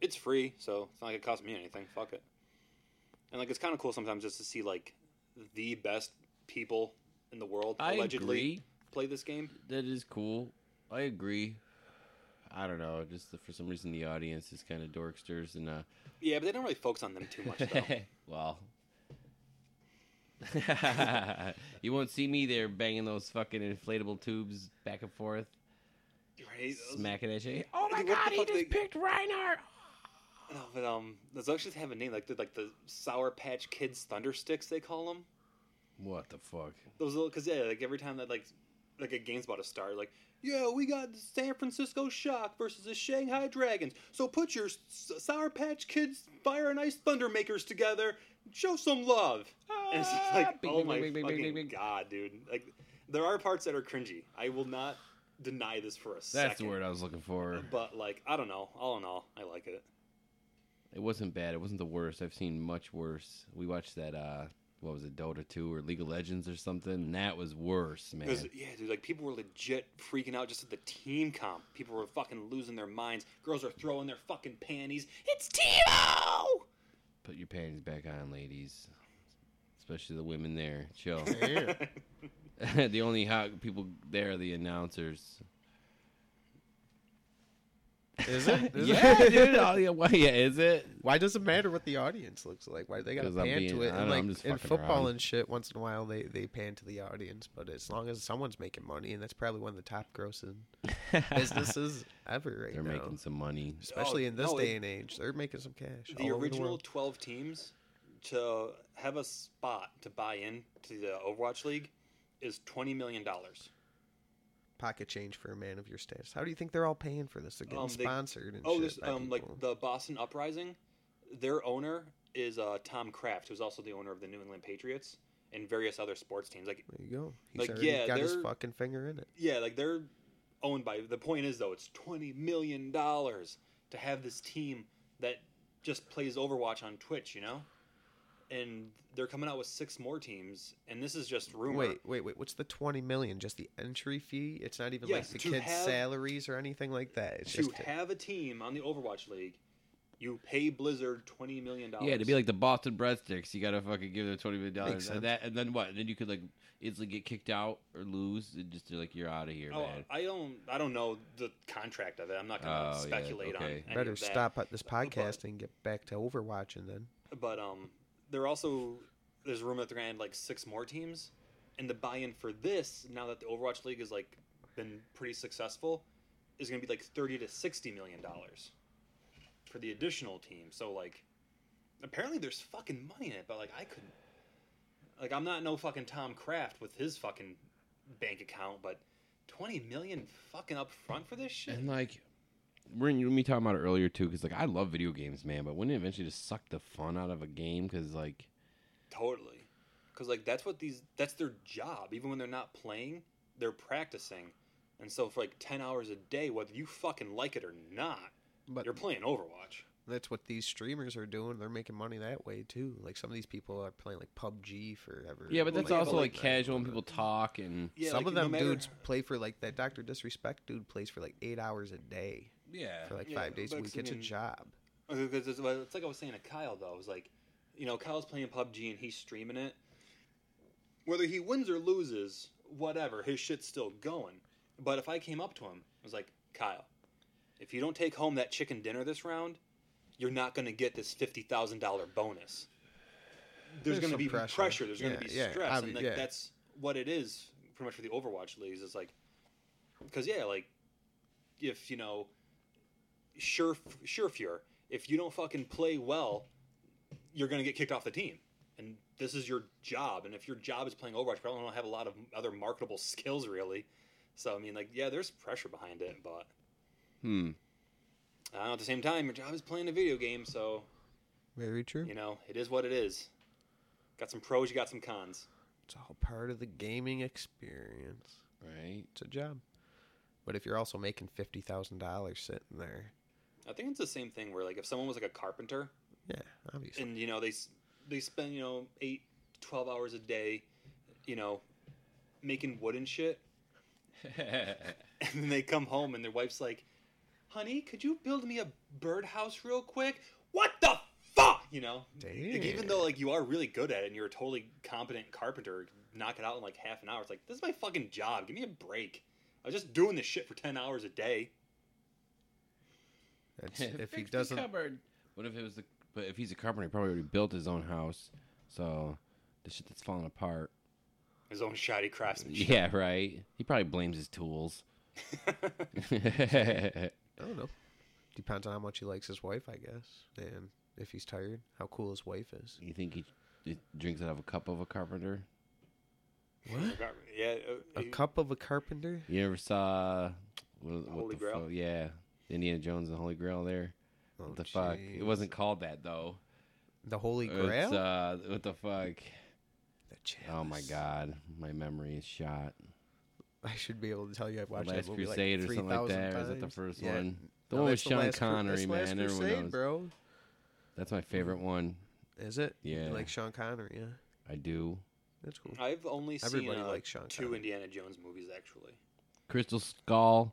Speaker 4: it's free, so it's not like it cost me anything. Fuck it. And like, it's kind of cool sometimes just to see like the best people in the world allegedly play this game.
Speaker 1: That is cool. I agree. I don't know. Just the, for some reason, the audience is kind of dorksters, and uh,
Speaker 4: Yeah, but they don't really focus on them too much though.
Speaker 1: well, you won't see me there banging those fucking inflatable tubes back and forth,
Speaker 4: right?
Speaker 1: smacking that shit. Oh my
Speaker 4: Dude, what the
Speaker 1: god, he
Speaker 4: fuck
Speaker 1: just
Speaker 4: they-
Speaker 1: picked Reinhardt.
Speaker 4: No, but um, those actually have a name like the, like the Sour Patch Kids Thunder Sticks they call them.
Speaker 1: What the fuck?
Speaker 4: Those little, cause yeah, like every time that like like a game's about to start, like yeah, we got the San Francisco Shock versus the Shanghai Dragons. So put your S- Sour Patch Kids Fire and Ice Thunder Makers together, show some love. And it's just
Speaker 1: Ah,
Speaker 4: like,
Speaker 1: bing,
Speaker 4: oh
Speaker 1: bing,
Speaker 4: my
Speaker 1: bing, bing, bing,
Speaker 4: fucking
Speaker 1: bing, bing.
Speaker 4: god, dude! Like there are parts that are cringy. I will not deny this for a second.
Speaker 1: That's the word I was looking for.
Speaker 4: But like, I don't know. All in all, I like it.
Speaker 1: It wasn't bad. It wasn't the worst. I've seen much worse. We watched that. uh What was it, Dota Two or League of Legends or something? And that was worse, man.
Speaker 4: Because yeah, dude, like people were legit freaking out just at the team comp. People were fucking losing their minds. Girls are throwing their fucking panties. It's Timo.
Speaker 1: Put your panties back on, ladies. Especially the women there. Chill. the only hot people there are the announcers.
Speaker 2: Is it? Is
Speaker 1: yeah,
Speaker 2: it?
Speaker 1: dude. all the- why- yeah, is it?
Speaker 2: Why does it matter what the audience looks like? Why they gotta
Speaker 1: 'Cause I'm
Speaker 2: pan
Speaker 1: being-
Speaker 2: to it?
Speaker 1: I
Speaker 2: And
Speaker 1: know, I'm
Speaker 2: like
Speaker 1: just
Speaker 2: in
Speaker 1: fucking
Speaker 2: football
Speaker 1: around.
Speaker 2: and shit, once in a while they they pan to the audience. But as long as someone's making money, and that's probably one of the top grossing businesses ever right
Speaker 1: They're
Speaker 2: now.
Speaker 1: making some money.
Speaker 2: Especially
Speaker 4: Oh,
Speaker 2: in this
Speaker 4: no,
Speaker 2: day
Speaker 4: it-
Speaker 2: and age, they're making some cash.
Speaker 4: The
Speaker 2: all over
Speaker 4: original
Speaker 2: world.
Speaker 4: twelve teams to have a spot to buy in to the Overwatch League is twenty million dollars.
Speaker 2: pocket change for a man of your status. How do you think they're all paying for this again?
Speaker 4: Um, they-
Speaker 2: Sponsored and
Speaker 4: Oh,
Speaker 2: shit
Speaker 4: this
Speaker 2: by
Speaker 4: um like
Speaker 2: people.
Speaker 4: the Boston Uprising, their owner is uh, Tom Kraft, who's also the owner of the New England Patriots and various other sports teams. Like
Speaker 2: There you go. He's
Speaker 4: like,
Speaker 2: already
Speaker 4: yeah,
Speaker 2: got his
Speaker 4: they're-
Speaker 2: fucking finger in it.
Speaker 4: Yeah, like they're owned by. The point is though, it's twenty million dollars to have this team that just plays Overwatch on Twitch, you know. And they're coming out with six more teams, and this is just rumor.
Speaker 2: Wait, wait, wait. What's the twenty million? Just the entry fee? It's not even
Speaker 4: Yes,
Speaker 2: like the
Speaker 4: to
Speaker 2: kids'
Speaker 4: have-
Speaker 2: salaries or anything like that. It's
Speaker 4: to
Speaker 2: just
Speaker 4: have a team on the Overwatch League, you pay Blizzard twenty million dollars.
Speaker 1: Yeah, to be like the Boston breadsticks, you gotta fucking give them twenty million
Speaker 2: Makes
Speaker 1: dollars.
Speaker 2: sense.
Speaker 1: And that, and then what? And then you could like easily get kicked out or lose, and just you're like you're out of here,
Speaker 4: Oh,
Speaker 1: man.
Speaker 4: I don't, I don't know the contract of it. I'm not
Speaker 1: Oh,
Speaker 4: gonna
Speaker 1: yeah,
Speaker 4: speculate on.
Speaker 1: okay.
Speaker 4: Any
Speaker 2: better
Speaker 4: of that.
Speaker 2: stop at this podcast and get back to Overwatch and then
Speaker 4: But um, they're also there's room that they're gonna add like six more teams, and the buy-in for this now that the Overwatch League has like been pretty successful is gonna be like thirty to sixty million dollars for the additional team. So like, apparently there's fucking money in it, but like I couldn't. Like I'm not no fucking Tom Kraft with his fucking bank account, but twenty million fucking up front for this shit.
Speaker 1: And like, we're in, me talking about it earlier too, because like I love video games, man. But wouldn't it eventually just suck the fun out of a game? Because like,
Speaker 4: Totally. Because, like, that's what these, that's their job. Even when they're not playing, they're practicing. And so, for like 10 hours a day, whether you fucking like it or not,
Speaker 2: But-
Speaker 4: you're playing Overwatch.
Speaker 2: that's what these streamers are doing. They're making money that way too. Like some of these people are playing like PUBG forever.
Speaker 1: yeah, but
Speaker 4: Well,
Speaker 1: that's
Speaker 4: yeah, but
Speaker 1: also like
Speaker 4: like
Speaker 1: casual, and people talk and
Speaker 4: Yeah,
Speaker 2: some
Speaker 4: like,
Speaker 2: of them
Speaker 4: no matter-
Speaker 2: dudes play for like that Doctor Disrespect dude plays for like eight hours a day
Speaker 1: yeah.
Speaker 2: for like
Speaker 4: Yeah,
Speaker 2: five days a
Speaker 4: but
Speaker 2: week.
Speaker 4: I
Speaker 2: It's a
Speaker 4: mean-
Speaker 2: job.
Speaker 4: Because it's, well, it's like I was saying to Kyle though, it was like, you know, Kyle's playing PUBG and he's streaming it. Whether he wins or loses, whatever, his shit's still going. But if I came up to him, I was like, Kyle, if you don't take home that chicken dinner this round, you're not gonna get this fifty thousand dollar bonus. there's,
Speaker 2: There's
Speaker 4: going to
Speaker 2: some
Speaker 4: be pressure.
Speaker 2: pressure.
Speaker 4: There's going
Speaker 2: Yeah,
Speaker 4: to be
Speaker 2: yeah,
Speaker 4: stress,
Speaker 2: obvi-
Speaker 4: and like,
Speaker 2: yeah.
Speaker 4: that's what it is pretty much for the Overwatch leagues. It's like because yeah, like if you know, sure, sure, Fuhr, if you don't fucking play well, you're going to get kicked off the team. And this is your job. And if your job is playing Overwatch, you probably don't have a lot of other marketable skills really. So I mean, like yeah, there's pressure behind it, but
Speaker 1: Hmm.
Speaker 4: I don't know, at the same time, your job is playing a video game, so
Speaker 2: Very true.
Speaker 4: you know it is what it is. Got some pros, you got some cons.
Speaker 2: It's all part of the gaming experience.
Speaker 1: Right.
Speaker 2: It's a job. But if you're also making fifty thousand dollars sitting there,
Speaker 4: I think it's the same thing where like if someone was like a carpenter
Speaker 2: yeah, obviously.
Speaker 4: and you know they s- they spend you know eight to twelve hours a day, you know, making wood and shit, and then they come home and their wife's like, "Honey, could you build me a birdhouse real quick?" What the fuck, you know? Like, even though like you are really good at it and you're a totally competent carpenter, knock it out in like half an hour. It's like this is my fucking job. Give me a break. I was just doing this shit for ten hours a day.
Speaker 2: That's, if he
Speaker 1: Fix the
Speaker 2: doesn't,
Speaker 1: cupboard. What if it was the? But if he's a carpenter, he probably already built his own house. So the shit that's falling apart.
Speaker 4: His own shoddy craftsmanship.
Speaker 1: Yeah, right. He probably blames his tools. yeah,
Speaker 2: I don't know. Depends on how much he likes his wife, I guess, and if he's tired, how cool his wife is.
Speaker 1: you think he, he drinks out of a cup of a carpenter?
Speaker 4: Yeah. uh,
Speaker 2: A
Speaker 4: he-
Speaker 2: cup of a carpenter.
Speaker 1: You ever saw what, what
Speaker 4: Holy
Speaker 1: the
Speaker 4: Grail?
Speaker 1: fu- yeah, Indiana Jones and the Holy Grail. There,
Speaker 2: Oh,
Speaker 1: what the fuck?
Speaker 2: jeez.
Speaker 1: It wasn't called that though.
Speaker 2: the Holy
Speaker 1: It's
Speaker 2: Grail.
Speaker 1: uh, what the fuck?
Speaker 2: The
Speaker 1: Oh my
Speaker 2: chalice.
Speaker 1: god, my memory is shot.
Speaker 2: I should be able to tell you. I've watched
Speaker 1: Last
Speaker 2: that movie
Speaker 1: Crusade or
Speaker 2: like
Speaker 1: something
Speaker 2: 3,000
Speaker 1: like that, or
Speaker 2: Times.
Speaker 1: is that the first
Speaker 2: Yeah.
Speaker 1: one? The
Speaker 2: No,
Speaker 1: one with
Speaker 2: that's the
Speaker 1: Sean
Speaker 2: Last Cru-
Speaker 1: Connery,
Speaker 2: that's
Speaker 1: man.
Speaker 2: Last
Speaker 1: Everyone
Speaker 2: Crusade,
Speaker 1: knows.
Speaker 2: bro. Mm-hmm.
Speaker 1: That's my favorite one.
Speaker 2: Is it? You
Speaker 1: Yeah.
Speaker 2: like Sean Connery? Yeah,
Speaker 1: I do.
Speaker 2: that's cool.
Speaker 4: I've only seen
Speaker 2: Everybody
Speaker 4: uh,
Speaker 2: likes Sean
Speaker 4: two
Speaker 2: Connery.
Speaker 4: Indiana Jones movies actually.
Speaker 1: Crystal Skull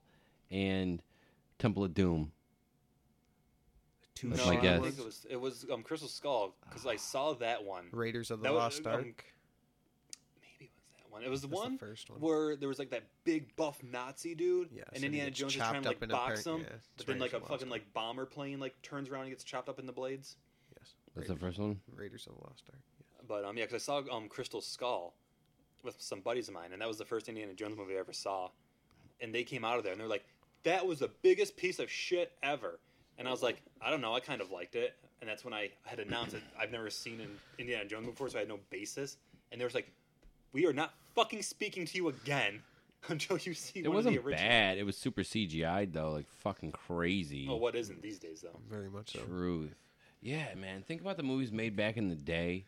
Speaker 1: and Temple of Doom.
Speaker 2: Two
Speaker 1: That's
Speaker 4: no,
Speaker 1: my
Speaker 4: I don't
Speaker 1: guess.
Speaker 4: think it was it was um, Crystal Skull because
Speaker 2: Ah.
Speaker 4: I saw that one.
Speaker 2: Raiders of the
Speaker 4: That was-
Speaker 2: Lost
Speaker 4: um,
Speaker 2: Ark.
Speaker 4: Maybe it was that one. It was the
Speaker 2: That's
Speaker 4: one
Speaker 2: the first one.
Speaker 4: where there was like that big buff Nazi dude,
Speaker 2: Yes, and
Speaker 4: and
Speaker 2: he
Speaker 4: Indiana
Speaker 2: gets
Speaker 4: Jones is trying
Speaker 2: chopped
Speaker 4: to
Speaker 2: up
Speaker 4: like
Speaker 2: in a par-
Speaker 4: box him,
Speaker 2: yeah, it's
Speaker 4: but then
Speaker 2: Raiders
Speaker 4: like a
Speaker 2: of the Lost
Speaker 4: fucking like bomber plane like turns around and gets chopped up in the blades.
Speaker 2: Yes.
Speaker 1: That's the
Speaker 2: Raiders,
Speaker 1: first one.
Speaker 2: Raiders of the Lost Ark.
Speaker 4: But um, yeah, because I saw um Crystal Skull with some buddies of mine, and that was the first Indiana Jones movie I ever saw, and they came out of there and they're like, "That was the biggest piece of shit ever," and I was like, "I don't know, I kind of liked it," and that's when I had announced that I've never seen an Indiana Jones before, so I had no basis, and they was like, "We are not fucking speaking to you again." Until you see
Speaker 1: It
Speaker 4: one of the
Speaker 1: wasn't
Speaker 4: original.
Speaker 1: bad. It was super CGI though, like fucking crazy.
Speaker 2: Oh,
Speaker 4: Well, what isn't these days though?
Speaker 2: Very much so.
Speaker 1: Truth. Yeah, man. Think about the movies made back in the day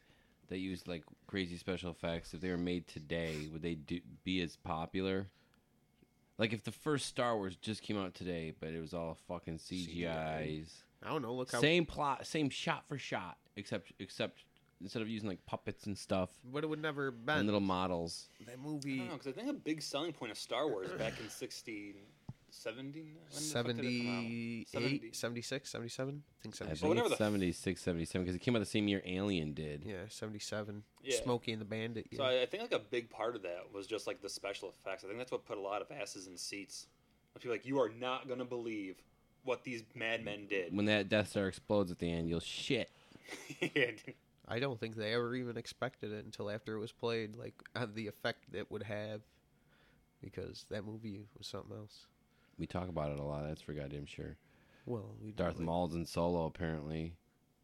Speaker 1: that used like crazy special effects. If they were made today, would they do, be as popular? Like if the first Star Wars just came out today, but it was all fucking CGIs.
Speaker 2: I don't know. Look how.
Speaker 1: Same plot, same shot for shot, except except instead of using like puppets and stuff
Speaker 2: But it would never have
Speaker 1: and
Speaker 2: been
Speaker 1: little models.
Speaker 2: that
Speaker 4: I
Speaker 2: movie.
Speaker 4: don't know because I think a big selling point of Star Wars back in 16, 17, when the fuck did it come out?
Speaker 2: 78, 76, 77? I think
Speaker 1: I
Speaker 2: 77.
Speaker 1: think
Speaker 4: whatever
Speaker 1: it's
Speaker 4: the-
Speaker 1: 76, 77, because it came out the same year Alien did.
Speaker 2: Yeah, 77.
Speaker 4: Yeah.
Speaker 2: Smokey and the Bandit. Yeah.
Speaker 4: So I, I think like a big part of that was just like the special effects. I think that's what put a lot of asses in seats. Like, People like you are not gonna believe what these madmen did.
Speaker 1: When that Death Star explodes at the end, you'll shit.
Speaker 4: yeah, dude.
Speaker 2: I don't think they ever even expected it until after it was played, like uh, the effect it would have, because that movie was something else.
Speaker 1: We talk about it a lot. That's for goddamn sure.
Speaker 2: Well, we
Speaker 1: Darth
Speaker 2: really-
Speaker 1: Maul's in Solo apparently.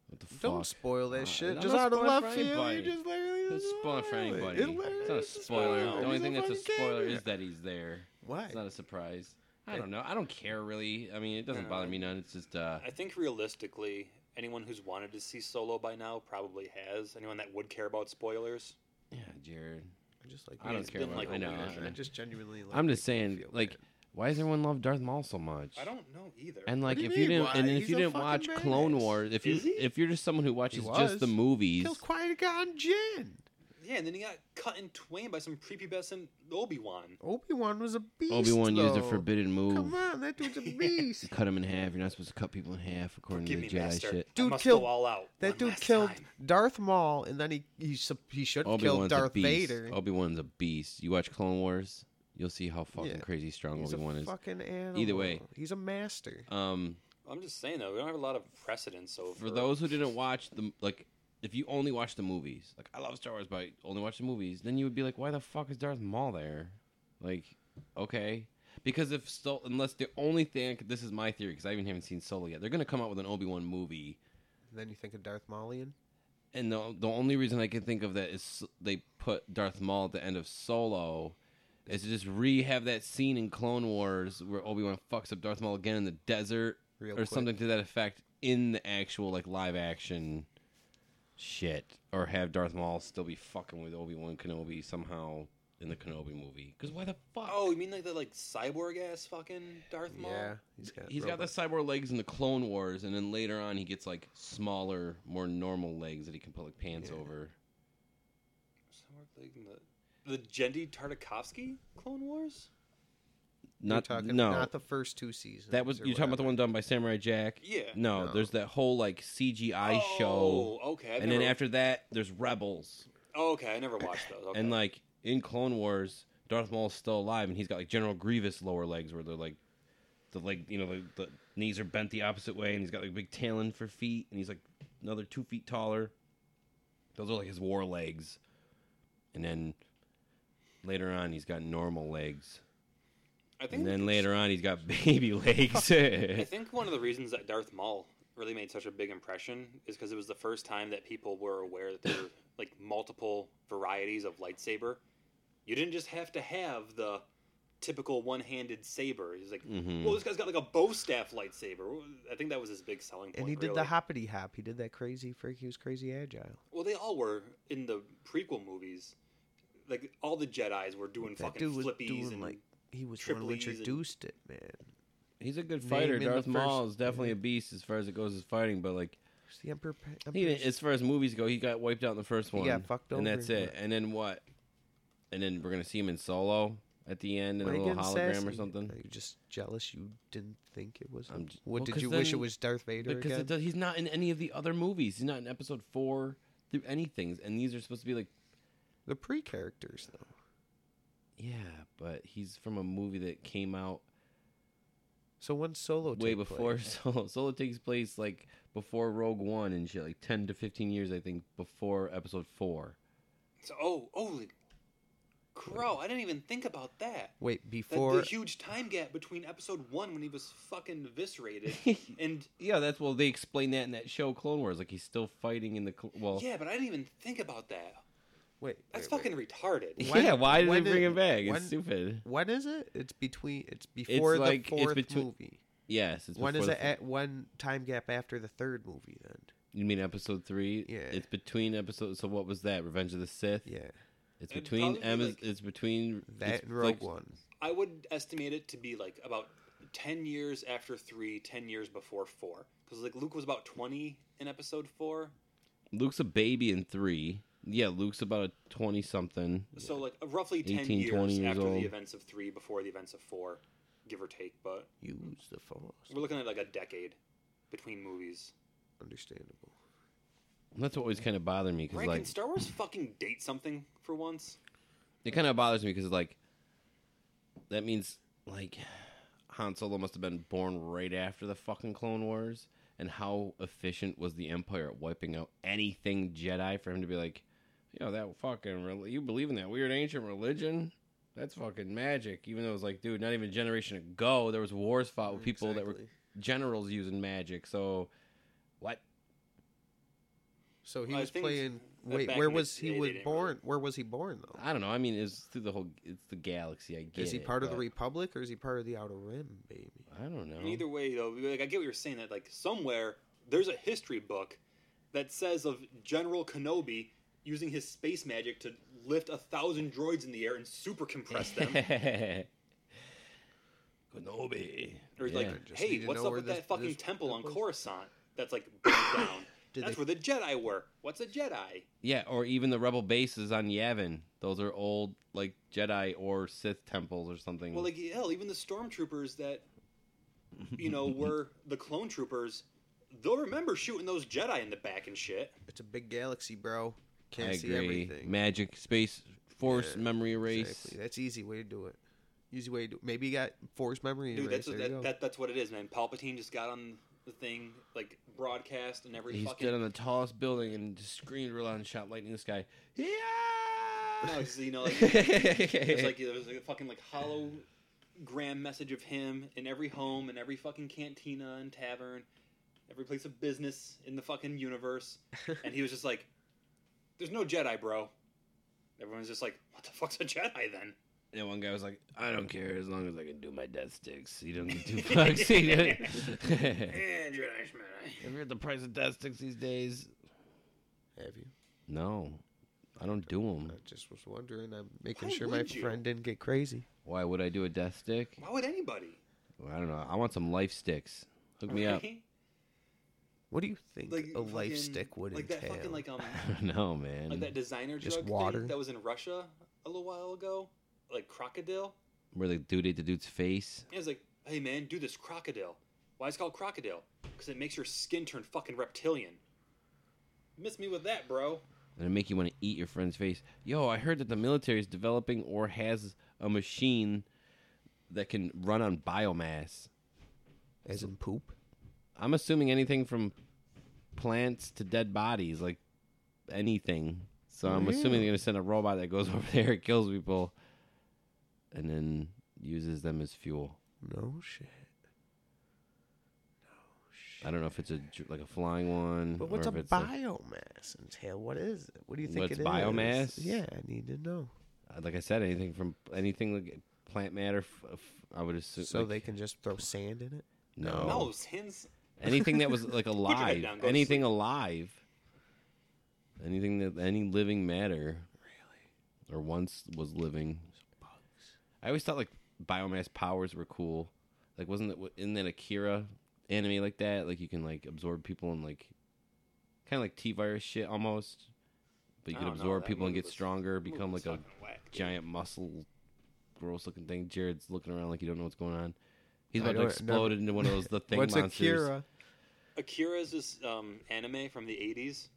Speaker 1: What the
Speaker 2: Don't
Speaker 1: fuck?
Speaker 2: spoil that
Speaker 1: Uh,
Speaker 2: shit.
Speaker 1: I'm
Speaker 2: Just
Speaker 1: not
Speaker 2: out of
Speaker 1: spoiling
Speaker 2: left
Speaker 1: for
Speaker 2: field, you
Speaker 1: anybody.
Speaker 2: just literally.
Speaker 1: It's
Speaker 2: just
Speaker 1: spoiler for
Speaker 2: spoiled it.
Speaker 1: anybody.
Speaker 2: It literally
Speaker 1: It's not a
Speaker 2: is
Speaker 1: spoiler.
Speaker 4: spoiler.
Speaker 1: The only
Speaker 2: It's
Speaker 1: thing that's a
Speaker 2: fucking
Speaker 1: spoiler
Speaker 2: camera.
Speaker 1: is that he's there.
Speaker 2: Why?
Speaker 1: It's not a surprise. I don't know. I don't care really. I mean, it doesn't
Speaker 4: No.
Speaker 1: bother me none. It's just uh,
Speaker 4: I think realistically, anyone who's wanted to see Solo by now probably has. Anyone that would care about spoilers.
Speaker 1: yeah, Jared.
Speaker 2: I just like.
Speaker 1: I don't
Speaker 4: it's
Speaker 1: care.
Speaker 4: been
Speaker 1: About
Speaker 4: like
Speaker 1: I
Speaker 4: a
Speaker 1: know.
Speaker 4: weird-
Speaker 1: I
Speaker 2: I
Speaker 1: know.
Speaker 2: just genuinely. Like
Speaker 1: I'm
Speaker 2: make
Speaker 1: just saying,
Speaker 2: people feel
Speaker 1: like,
Speaker 2: bad.
Speaker 1: why does everyone love Darth Maul so much?
Speaker 4: I don't know either.
Speaker 1: And like,
Speaker 2: do you
Speaker 1: if you
Speaker 2: mean,
Speaker 1: didn't,
Speaker 2: why?
Speaker 1: and if
Speaker 2: He's
Speaker 1: you
Speaker 2: a
Speaker 1: didn't watch
Speaker 2: fucking
Speaker 1: Clone
Speaker 2: badass.
Speaker 1: Wars, if you
Speaker 4: Is he?
Speaker 1: if you're just someone who watches just
Speaker 2: was.
Speaker 1: the movies,
Speaker 2: Kills Qui Gon Jinn.
Speaker 4: yeah, and then he got cut in twain by some prepubescent Obi Wan.
Speaker 2: Obi Wan was a beast.
Speaker 1: Obi Wan used a
Speaker 2: though.
Speaker 1: forbidden move.
Speaker 2: Come on, that dude's a beast.
Speaker 1: You cut him in half. You're not supposed to cut people in half according
Speaker 4: Give
Speaker 1: to
Speaker 4: me,
Speaker 1: the Jedi
Speaker 4: master.
Speaker 1: shit.
Speaker 4: Dude
Speaker 2: Dude
Speaker 4: must
Speaker 2: killed-
Speaker 4: go all out.
Speaker 2: That
Speaker 4: one
Speaker 2: dude
Speaker 4: last
Speaker 2: killed
Speaker 4: time.
Speaker 2: Darth Maul, and then he he, sup- he should have
Speaker 1: Obi Wan's
Speaker 2: killed
Speaker 1: a
Speaker 2: Darth
Speaker 1: beast.
Speaker 2: Vader.
Speaker 1: Obi Wan's a beast. You watch Clone Wars, you'll see how fucking
Speaker 2: Yeah.
Speaker 1: crazy strong
Speaker 2: He's
Speaker 1: Obi Wan
Speaker 2: a
Speaker 1: is.
Speaker 2: fucking animal.
Speaker 1: Either way.
Speaker 2: he's a master.
Speaker 1: Um,
Speaker 4: I'm just saying though, we don't have a lot of precedence over.
Speaker 1: for those who didn't watch the like if you only watch the movies, like I love Star Wars, but I only watch the movies, then you would be like, why the fuck is Darth Maul there? Like, okay, because if Sol, unless the only thing this is my theory because I even haven't seen Solo yet, they're gonna come out with an Obi Wan movie,
Speaker 2: then you think of Darth Maulian.
Speaker 1: and the the only reason I can think of that is s- they put Darth Maul at the end of Solo. Is to just rehab that scene in Clone Wars where Obi Wan fucks up Darth Maul again in the desert,
Speaker 2: Real
Speaker 1: or
Speaker 2: quick.
Speaker 1: something to that effect in the actual like live action shit, or have Darth Maul still be fucking with Obi Wan Kenobi somehow in the Kenobi movie? Because why the fuck?
Speaker 4: Oh, you mean like the like cyborg ass fucking Darth Maul?
Speaker 2: Yeah, he's got
Speaker 1: He's got the
Speaker 2: robot-
Speaker 1: cyborg legs in the Clone Wars, and then later on he gets like smaller, more normal legs that he can put like pants
Speaker 2: Yeah.
Speaker 1: over.
Speaker 4: Cyborg like in the the Gendy Tartakovsky Clone Wars.
Speaker 2: you're
Speaker 1: Not
Speaker 2: talking,
Speaker 1: no,
Speaker 2: not the first two seasons.
Speaker 1: that was
Speaker 2: or
Speaker 1: you're talking about the
Speaker 2: whatever.
Speaker 1: one done by Samurai Jack.
Speaker 4: Yeah.
Speaker 1: No,
Speaker 2: No.
Speaker 1: there's that whole like CGI
Speaker 4: oh,
Speaker 1: show,
Speaker 4: Okay. I've
Speaker 1: and
Speaker 4: never,
Speaker 1: then after that there's Rebels,
Speaker 4: Oh, okay, I never watched those. Okay.
Speaker 1: and like in Clone Wars, Darth Maul's still alive, and he's got like General Grievous lower legs where they're like the leg, you know, the, the knees are bent the opposite way, and he's got like a big talon for feet, and he's like another two feet taller. Those are like his war legs, and then later on he's got normal legs,
Speaker 4: I think
Speaker 1: and then later on he's got baby legs.
Speaker 4: I think one of the reasons that Darth Maul really made such a big impression is because it was the first time that people were aware that there were like multiple varieties of lightsaber. You didn't just have to have the typical one-handed saber. He's like,
Speaker 1: Mhm.
Speaker 4: well, this guy's got like a bow staff lightsaber. I think that was his big selling point.
Speaker 2: And he did
Speaker 4: really.
Speaker 2: the hoppity hop. He did that crazy freak. He was crazy agile.
Speaker 4: Well, they all were in the prequel movies. Like all the Jedi's were doing
Speaker 2: That
Speaker 4: fucking
Speaker 2: dude was
Speaker 4: flippies
Speaker 2: doing
Speaker 4: and
Speaker 2: like he was the one who
Speaker 4: triplies and-
Speaker 2: introduced it, man.
Speaker 1: He's a good
Speaker 2: Name
Speaker 1: fighter.
Speaker 2: in the
Speaker 1: Darth Maul
Speaker 2: first-
Speaker 1: is definitely a beast as far as it goes as fighting, but like
Speaker 2: It's the Emperor. Pa-
Speaker 1: He
Speaker 2: Emperor's-
Speaker 1: didn't, as far as movies go, he got wiped out in the first
Speaker 2: He
Speaker 1: one.
Speaker 2: got fucked
Speaker 1: and
Speaker 2: over,
Speaker 1: that's it.
Speaker 2: but-
Speaker 1: And then what? And then we're gonna see him in Solo at the end in
Speaker 2: Why
Speaker 1: a
Speaker 2: you
Speaker 1: little
Speaker 2: getting
Speaker 1: hologram or
Speaker 2: sassy?
Speaker 1: something.
Speaker 2: Are you just jealous you didn't think it was
Speaker 1: I'm
Speaker 2: him?
Speaker 1: j-
Speaker 2: What
Speaker 1: well,
Speaker 2: did
Speaker 1: 'cause
Speaker 2: you wish it
Speaker 1: then-
Speaker 2: was Darth Vader
Speaker 1: Because
Speaker 2: again?
Speaker 1: it does, he's not in any of the other movies. He's not in Episode Four through anything. And these are supposed to be like,
Speaker 2: The pre-characters though.
Speaker 1: yeah, but he's from a movie that came out
Speaker 2: So when Solo
Speaker 1: way
Speaker 2: take
Speaker 1: before
Speaker 2: place?
Speaker 1: Solo. Solo takes place like before Rogue One and shit, like ten to fifteen years, I think, before Episode Four.
Speaker 4: So, oh, holy crow! I didn't even think about that.
Speaker 2: Wait,
Speaker 4: That
Speaker 2: before
Speaker 4: the huge time gap between episode one when he was fucking eviscerated and
Speaker 1: Yeah, that's well, they explain that in that show Clone Wars. Like he's still fighting in the cl- well.
Speaker 4: yeah, but I didn't even think about that.
Speaker 2: wait,
Speaker 4: That's
Speaker 2: wait, wait.
Speaker 4: fucking retarded.
Speaker 2: When-
Speaker 1: yeah, why did they
Speaker 2: when
Speaker 1: bring
Speaker 2: did-
Speaker 1: him back? It's
Speaker 2: when-
Speaker 1: stupid.
Speaker 2: When is it? It's between. It's before the
Speaker 1: like- it's
Speaker 2: fourth
Speaker 1: between-
Speaker 2: movie.
Speaker 1: Yes, it's
Speaker 2: When
Speaker 1: before
Speaker 2: is
Speaker 1: the
Speaker 2: it
Speaker 1: fir-
Speaker 2: at one time gap after the third movie? Then
Speaker 1: You mean episode three?
Speaker 2: Yeah.
Speaker 1: it's between episodes. So what was that? Revenge of the Sith.
Speaker 2: yeah,
Speaker 1: it's
Speaker 4: It'd
Speaker 1: between
Speaker 4: probably be
Speaker 1: Em-
Speaker 4: like-
Speaker 1: It's between
Speaker 2: that
Speaker 1: it's
Speaker 2: and Rogue
Speaker 1: like-
Speaker 2: One.
Speaker 4: I would estimate it to be like about ten years after three, ten years before four, because like Luke was about twenty in episode four.
Speaker 1: Luke's a baby in three. Yeah, Luke's about a twenty something.
Speaker 4: So like roughly ten
Speaker 1: 18,
Speaker 4: years,
Speaker 1: 20 years
Speaker 4: after
Speaker 1: old.
Speaker 4: the events of three, before the events of four, give or take. But
Speaker 2: Use the force.
Speaker 4: we're looking at like a decade between movies.
Speaker 2: Understandable.
Speaker 1: That's what always kind of bothered me because
Speaker 4: Right?
Speaker 1: like
Speaker 4: Can Star Wars fucking date something for once?
Speaker 1: it kind of bothers me because like that means like Han Solo must have been born right after the fucking Clone Wars, and how efficient was the Empire at wiping out anything Jedi for him to be like, you know that fucking rel- you believe in that weird ancient religion. That's fucking magic. Even though it was like, dude, not even a generation ago, there was wars fought with Oh, people that were
Speaker 2: Exactly.
Speaker 1: generals using magic. So, what?
Speaker 2: So he
Speaker 4: I
Speaker 2: was
Speaker 4: think
Speaker 2: playing.
Speaker 4: that
Speaker 2: Wait,
Speaker 4: back
Speaker 2: where
Speaker 4: in the
Speaker 2: was
Speaker 4: day
Speaker 2: he
Speaker 4: they
Speaker 2: was
Speaker 4: didn't really-
Speaker 2: born? Where was he born though?
Speaker 1: I don't know. I mean, it's through the whole. It's the galaxy. I get.
Speaker 2: Is he
Speaker 1: it,
Speaker 2: part of the
Speaker 1: but
Speaker 2: Republic or is he part of the Outer Rim, baby?
Speaker 1: I don't know.
Speaker 4: Either way, though, like I get what you're saying. That like somewhere there's a history book that says of General Kenobi using his space magic to lift a thousand droids in the air and super compress them,
Speaker 1: Kenobi.
Speaker 4: or
Speaker 1: yeah.
Speaker 4: like,
Speaker 2: Just need
Speaker 4: hey,
Speaker 2: to
Speaker 4: what's
Speaker 2: know
Speaker 4: up
Speaker 2: where
Speaker 4: with
Speaker 2: this-
Speaker 4: that fucking
Speaker 2: this-
Speaker 4: temple
Speaker 2: that
Speaker 4: on
Speaker 2: place-
Speaker 4: Coruscant that's like burnt down?
Speaker 2: Did
Speaker 4: That's
Speaker 2: they-
Speaker 4: where the Jedi were. What's a Jedi?
Speaker 1: yeah, or even the rebel bases on Yavin. Those are old like Jedi or Sith temples or something.
Speaker 4: Well, like hell, even the stormtroopers that you know were the clone troopers, they'll remember shooting those Jedi in the back and shit.
Speaker 2: It's a big galaxy, bro. Can't
Speaker 1: I
Speaker 2: see
Speaker 1: agree.
Speaker 2: everything.
Speaker 1: Magic, space, force,
Speaker 2: Yeah,
Speaker 1: memory erase.
Speaker 2: Exactly. That's easy way to do it. Easy way to do. Maybe you got force memory.
Speaker 4: Dude,
Speaker 2: erase.
Speaker 4: that's what,
Speaker 2: There you
Speaker 4: that,
Speaker 2: go.
Speaker 4: that, that's what it is, man. Palpatine just got on the thing, like broadcast and every
Speaker 1: He
Speaker 4: fucking.
Speaker 1: stood on the tallest building and just screamed real loud and shot lightning in the sky. Yeah!
Speaker 4: No, 'cause, you know, like It's like there was like a fucking like hollow gram message of him in every home, in every fucking cantina and tavern, every place of business in the fucking universe. And he was just like, "There's no Jedi, bro." Everyone's just like, "What the fuck's a Jedi then?"
Speaker 1: And one guy was like, I don't care as long as I can do my death sticks. You don't get two bucks. You know? if
Speaker 4: Eh, Jedi, Jedi.
Speaker 1: you're at the price of death sticks these days.
Speaker 2: Have you?
Speaker 1: No. I don't do them.
Speaker 2: I just was wondering. I'm making
Speaker 4: Why
Speaker 2: sure my
Speaker 4: would you?
Speaker 2: friend didn't get crazy.
Speaker 1: Why would I do a death stick?
Speaker 4: Why would anybody?
Speaker 1: Well, I don't know. I want some life sticks. Hook me up.
Speaker 4: Right?
Speaker 2: What do you think a life
Speaker 4: fucking-
Speaker 2: stick would
Speaker 4: like
Speaker 2: entail?
Speaker 4: that fucking like um
Speaker 1: I don't know, man.
Speaker 4: like that designer
Speaker 2: Just
Speaker 4: drug
Speaker 2: water?
Speaker 4: thing that was in Russia a little while ago, like crocodile.
Speaker 1: Where the dude ate the dude's face.
Speaker 4: And it's like, hey man, do this crocodile. Why is it called crocodile? Because it makes your skin turn fucking reptilian. Miss me with that, bro.
Speaker 1: and it make you want to eat your friend's face. Yo, I heard that the military is developing or has a machine that can run on biomass.
Speaker 2: As in poop?
Speaker 1: I'm assuming anything from plants to dead bodies, like anything. So I'm assuming they're gonna send a robot that goes over there, kills people, and then uses them as fuel.
Speaker 2: No shit.
Speaker 1: I don't know if it's a dr- like a flying one.
Speaker 2: But what's
Speaker 1: or
Speaker 2: a
Speaker 1: if it's
Speaker 2: biomass entail? What is it? What do you think
Speaker 1: What's
Speaker 2: it is?
Speaker 1: biomass?
Speaker 2: Yeah, I need to know.
Speaker 1: Uh, like I said, anything from anything like plant matter. F- f- I would assume.
Speaker 2: So
Speaker 1: like-
Speaker 2: they can just throw sand in it?
Speaker 1: no.
Speaker 4: No, since
Speaker 1: Anything that was like
Speaker 4: your head
Speaker 1: alive.
Speaker 4: down, go to
Speaker 1: anything alive. Anything that any living matter. Really. Or once was living. I always thought like biomass powers were cool. Like wasn't it in that Akira anime like that? Like you can like absorb people and like kind of like T virus shit almost. But you
Speaker 4: I
Speaker 1: can
Speaker 4: don't know,
Speaker 1: absorb
Speaker 4: that
Speaker 1: people and
Speaker 4: movie
Speaker 1: get
Speaker 4: was-
Speaker 1: stronger, become
Speaker 4: was
Speaker 1: like a
Speaker 4: fucking whack, dude.
Speaker 1: giant muscle, gross looking thing. Jared's looking around like you don't know what's going on. He's
Speaker 2: I
Speaker 1: about to
Speaker 2: don't-
Speaker 1: explode
Speaker 2: no.
Speaker 1: into one of those the thing
Speaker 2: what's
Speaker 1: monsters.
Speaker 2: Akira?
Speaker 4: Akira's this um, anime from the '80s,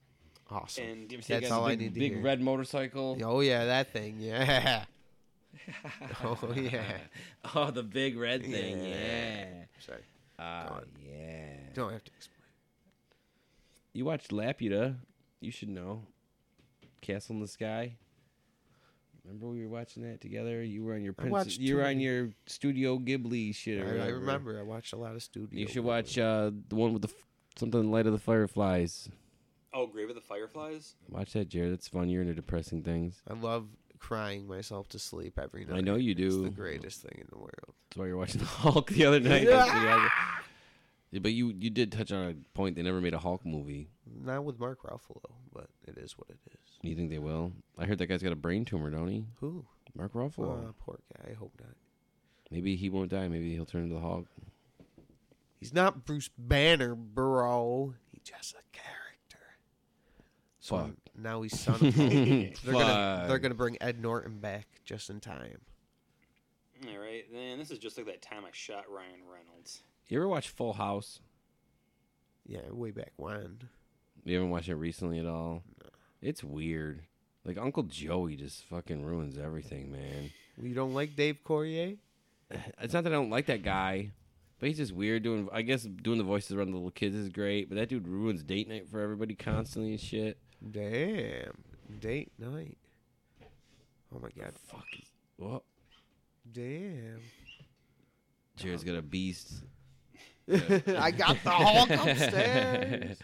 Speaker 2: Awesome.
Speaker 4: and you ever see
Speaker 2: That's
Speaker 4: that
Speaker 2: all
Speaker 4: guy-
Speaker 2: I
Speaker 1: big,
Speaker 2: need to
Speaker 1: big
Speaker 2: hear.
Speaker 1: red motorcycle.
Speaker 2: Oh yeah, that thing. Yeah. oh yeah.
Speaker 1: Oh, the big red thing.
Speaker 2: Yeah.
Speaker 1: Yeah.
Speaker 2: Sorry.
Speaker 1: Oh,
Speaker 2: God.
Speaker 1: yeah.
Speaker 2: Don't have to explain.
Speaker 1: You watched Laputa. You should know. Castle in the Sky. Remember we were watching that together? You were on your
Speaker 2: I
Speaker 1: princess,
Speaker 2: watched
Speaker 1: you were
Speaker 2: too
Speaker 1: on
Speaker 2: many.
Speaker 1: your Studio Ghibli shit. or
Speaker 2: I, I
Speaker 1: whatever.
Speaker 2: remember. I watched a lot of studio.
Speaker 1: You should
Speaker 2: movies.
Speaker 1: watch uh, the one with the f- something Light of the Fireflies.
Speaker 4: oh, Grave of the Fireflies.
Speaker 1: Watch that, Jared. That's fun. You're into depressing things.
Speaker 2: I love crying myself to sleep every night.
Speaker 1: I know you
Speaker 2: It's
Speaker 1: do.
Speaker 2: the greatest thing in the world.
Speaker 1: That's why you're watching the Hulk the other night. That's the idea. Yeah, but you you did touch on a point. They never made a Hulk movie.
Speaker 2: Not with Mark Ruffalo, but it is what it is.
Speaker 1: You think they will? I heard that guy's got a brain tumor, don't he?
Speaker 2: Who?
Speaker 1: Mark Ruffalo.
Speaker 2: Uh, poor guy. I hope not.
Speaker 1: Maybe he won't die. Maybe he'll turn into the Hulk.
Speaker 2: He's not Bruce Banner, bro. He's just a character. So
Speaker 1: Fuck.
Speaker 2: now he's son of they're, gonna,
Speaker 1: Fuck.
Speaker 2: they're gonna bring Ed Norton back just in time.
Speaker 4: All right, then this is just like that time I shot Ryan Reynolds.
Speaker 1: You ever watch Full House?
Speaker 2: Yeah, way back when.
Speaker 1: You haven't watched it recently at all. It's weird. Like Uncle Joey just fucking ruins everything, man.
Speaker 2: You don't like Dave Corrier?
Speaker 1: It's not that I don't like that guy, but he's just weird doing. I guess doing the voices around the little kids is great, but that dude ruins date night for everybody constantly and shit.
Speaker 2: Damn. Date night. Oh my god.
Speaker 1: Fuck. What?
Speaker 2: Damn.
Speaker 1: Jared's got a beast.
Speaker 2: I got the Hulk upstairs.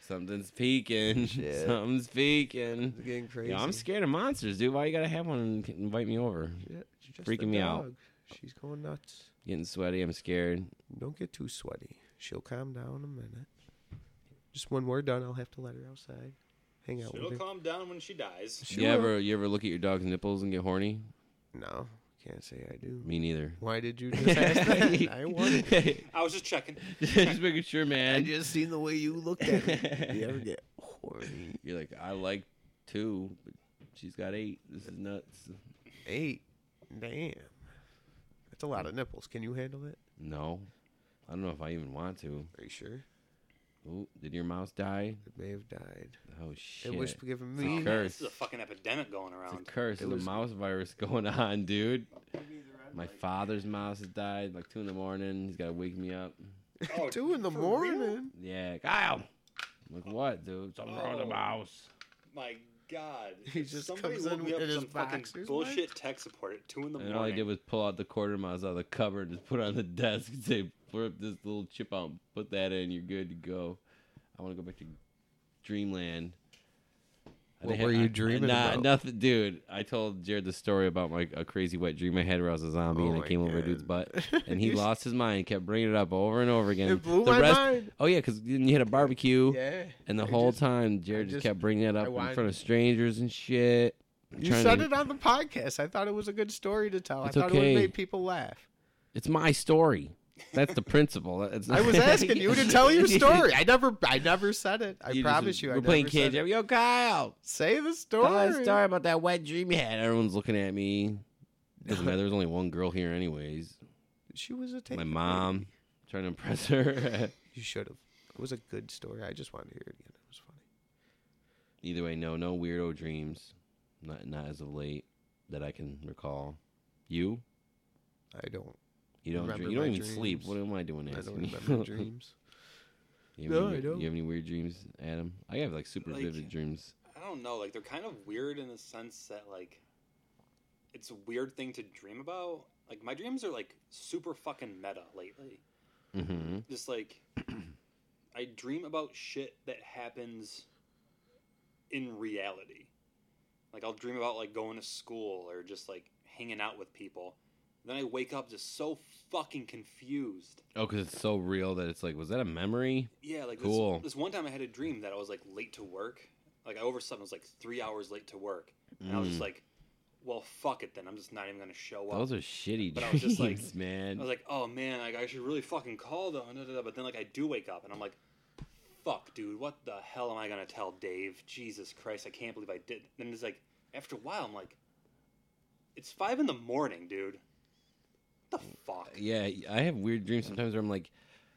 Speaker 1: Something's peeking.
Speaker 2: Shit.
Speaker 1: Something's peeking.
Speaker 2: It's getting crazy.
Speaker 1: Yo, I'm scared of monsters, dude. Why you gotta have one and invite me over?
Speaker 2: Yeah, she's just
Speaker 1: Freaking
Speaker 2: a
Speaker 1: me out.
Speaker 2: dog. She's going nuts.
Speaker 1: Getting sweaty. I'm scared.
Speaker 2: Don't get too sweaty. She'll calm down in a minute. Just when we're done, I'll have to let her outside. Hang out
Speaker 4: It'll
Speaker 2: with her.
Speaker 4: calm down when she dies.
Speaker 2: She
Speaker 1: you
Speaker 2: will.
Speaker 1: ever you ever look at your dog's nipples and get horny?
Speaker 2: No, can't say I do.
Speaker 1: Me neither.
Speaker 2: Why did you just ask that? I wondered.
Speaker 4: I was just checking.
Speaker 1: just making sure,
Speaker 2: I
Speaker 1: man.
Speaker 2: just seen the way you looked at me. You ever get horny?
Speaker 1: You're like, I like two, but she's got eight. This is nuts.
Speaker 2: Eight. Damn. That's a lot of nipples. Can you handle it?
Speaker 1: No, I don't know if I even want to.
Speaker 2: Are you sure?
Speaker 1: Oh, did your mouse die?
Speaker 2: It may have died.
Speaker 1: Oh shit!
Speaker 2: It was giving
Speaker 1: a
Speaker 2: me.
Speaker 1: curse.
Speaker 4: This is a fucking epidemic going
Speaker 1: It's a
Speaker 4: around.
Speaker 1: curse. There's
Speaker 2: was-
Speaker 1: a mouse virus going on, dude. My father's mouse has died like two in the morning. He's got to wake me up.
Speaker 4: Oh,
Speaker 2: Two in the
Speaker 4: for real?
Speaker 2: morning.
Speaker 1: Yeah, Kyle. Like what, dude? Something wrong with the
Speaker 4: Oh.
Speaker 1: mouse.
Speaker 4: My God.
Speaker 2: He
Speaker 4: If
Speaker 2: just
Speaker 4: Somebody
Speaker 2: comes
Speaker 4: woke
Speaker 2: in
Speaker 4: me up
Speaker 2: in
Speaker 4: with
Speaker 2: his
Speaker 4: some fucking
Speaker 2: boxers,
Speaker 4: bullshit tech support at 2 in the
Speaker 1: And
Speaker 4: morning.
Speaker 1: all I did was pull out the quarter mouse out of the cupboard and just put it on the desk and say, "Flip this little chip out, and put that in. You're good to go." I want to go back to dreamland. I
Speaker 2: What
Speaker 1: didn't-
Speaker 2: were you
Speaker 1: I-
Speaker 2: dreaming
Speaker 1: nah,
Speaker 2: about?
Speaker 1: Nothing, dude. I told Jared the story about my a crazy wet dream I had where I was a zombie
Speaker 2: Oh
Speaker 1: and I
Speaker 2: my
Speaker 1: came over a dude's
Speaker 2: God.
Speaker 1: butt, and he
Speaker 2: You-
Speaker 1: lost his mind. and kept bringing it up over and over again.
Speaker 2: It blew
Speaker 1: the
Speaker 2: my
Speaker 1: rest,
Speaker 2: mind.
Speaker 1: Oh yeah, because you had a barbecue,
Speaker 2: Yeah.
Speaker 1: and the
Speaker 2: I
Speaker 1: whole
Speaker 2: just-
Speaker 1: time Jared just,
Speaker 2: just-
Speaker 1: kept bringing that up
Speaker 2: wanted-
Speaker 1: in front of strangers and shit.
Speaker 2: You
Speaker 1: Trying
Speaker 2: said
Speaker 1: to-
Speaker 2: it on the podcast. I thought it was a good story to tell.
Speaker 1: It's
Speaker 2: I thought it would
Speaker 1: okay.
Speaker 2: have made people laugh.
Speaker 1: It's my story. That's the principle. It's
Speaker 2: I
Speaker 1: not-
Speaker 2: was asking you to tell your story. I never, I never said it. I
Speaker 1: You just-
Speaker 2: promise you. I
Speaker 1: We're playing
Speaker 2: never said
Speaker 1: cage.
Speaker 2: it.
Speaker 1: Yo, Kyle,
Speaker 2: Say the
Speaker 1: tell us a
Speaker 2: story.
Speaker 1: story about that wet dream you had. Everyone's looking at me. Doesn't matter. There's only one girl here, anyways.
Speaker 2: She was a tape.
Speaker 1: My mom trying to impress her.
Speaker 2: You should have. It was a good story. I just wanted to hear it again. It was funny.
Speaker 1: Either way, no, no weirdo dreams. Not not as of late that I can recall. You,
Speaker 2: I don't.
Speaker 1: you don't
Speaker 2: Remember
Speaker 1: dream. You don't
Speaker 2: my
Speaker 1: even sleep.
Speaker 2: dreams.
Speaker 1: What am I doing?
Speaker 2: I
Speaker 1: asking
Speaker 2: don't
Speaker 1: you?
Speaker 2: remember dreams.
Speaker 1: You have any
Speaker 2: No, I
Speaker 1: weird-
Speaker 2: don't.
Speaker 1: You have any weird dreams, Adam? I have like super
Speaker 4: Like-
Speaker 1: vivid dreams.
Speaker 4: I don't know. Like, they're kind of weird in the sense that, like, it's a weird thing to dream about. Like, my dreams are, like, super fucking meta lately.
Speaker 1: Mm-hmm.
Speaker 4: Just, like, I dream about shit that happens in reality. Like, I'll dream about, like, going to school or just, like, hanging out with people. Then I wake up just so fucking confused.
Speaker 1: Oh, because it's so real that it's like, was that a memory?
Speaker 4: Yeah, like
Speaker 1: Cool.
Speaker 4: this, this one time I had a dream that I was like late to work. Like I overslept, I was like three hours late to work, and I was just like, "Well, fuck it, then I'm just not even gonna show up."
Speaker 1: Hmm. Those are shitty
Speaker 4: But I was
Speaker 1: dreams,
Speaker 4: just like- I
Speaker 1: man.
Speaker 4: was like, "Oh man, like, I should really fucking call though." da, da, da. But then like I do wake up, and I'm like, "Fuck, dude, what the hell am I gonna tell Dave? Jesus Christ, I can't believe I did." Then it's like after a while, I'm like, "It's five in the morning, dude. What the fuck?"
Speaker 1: yeah, I have weird dreams sometimes where I'm like,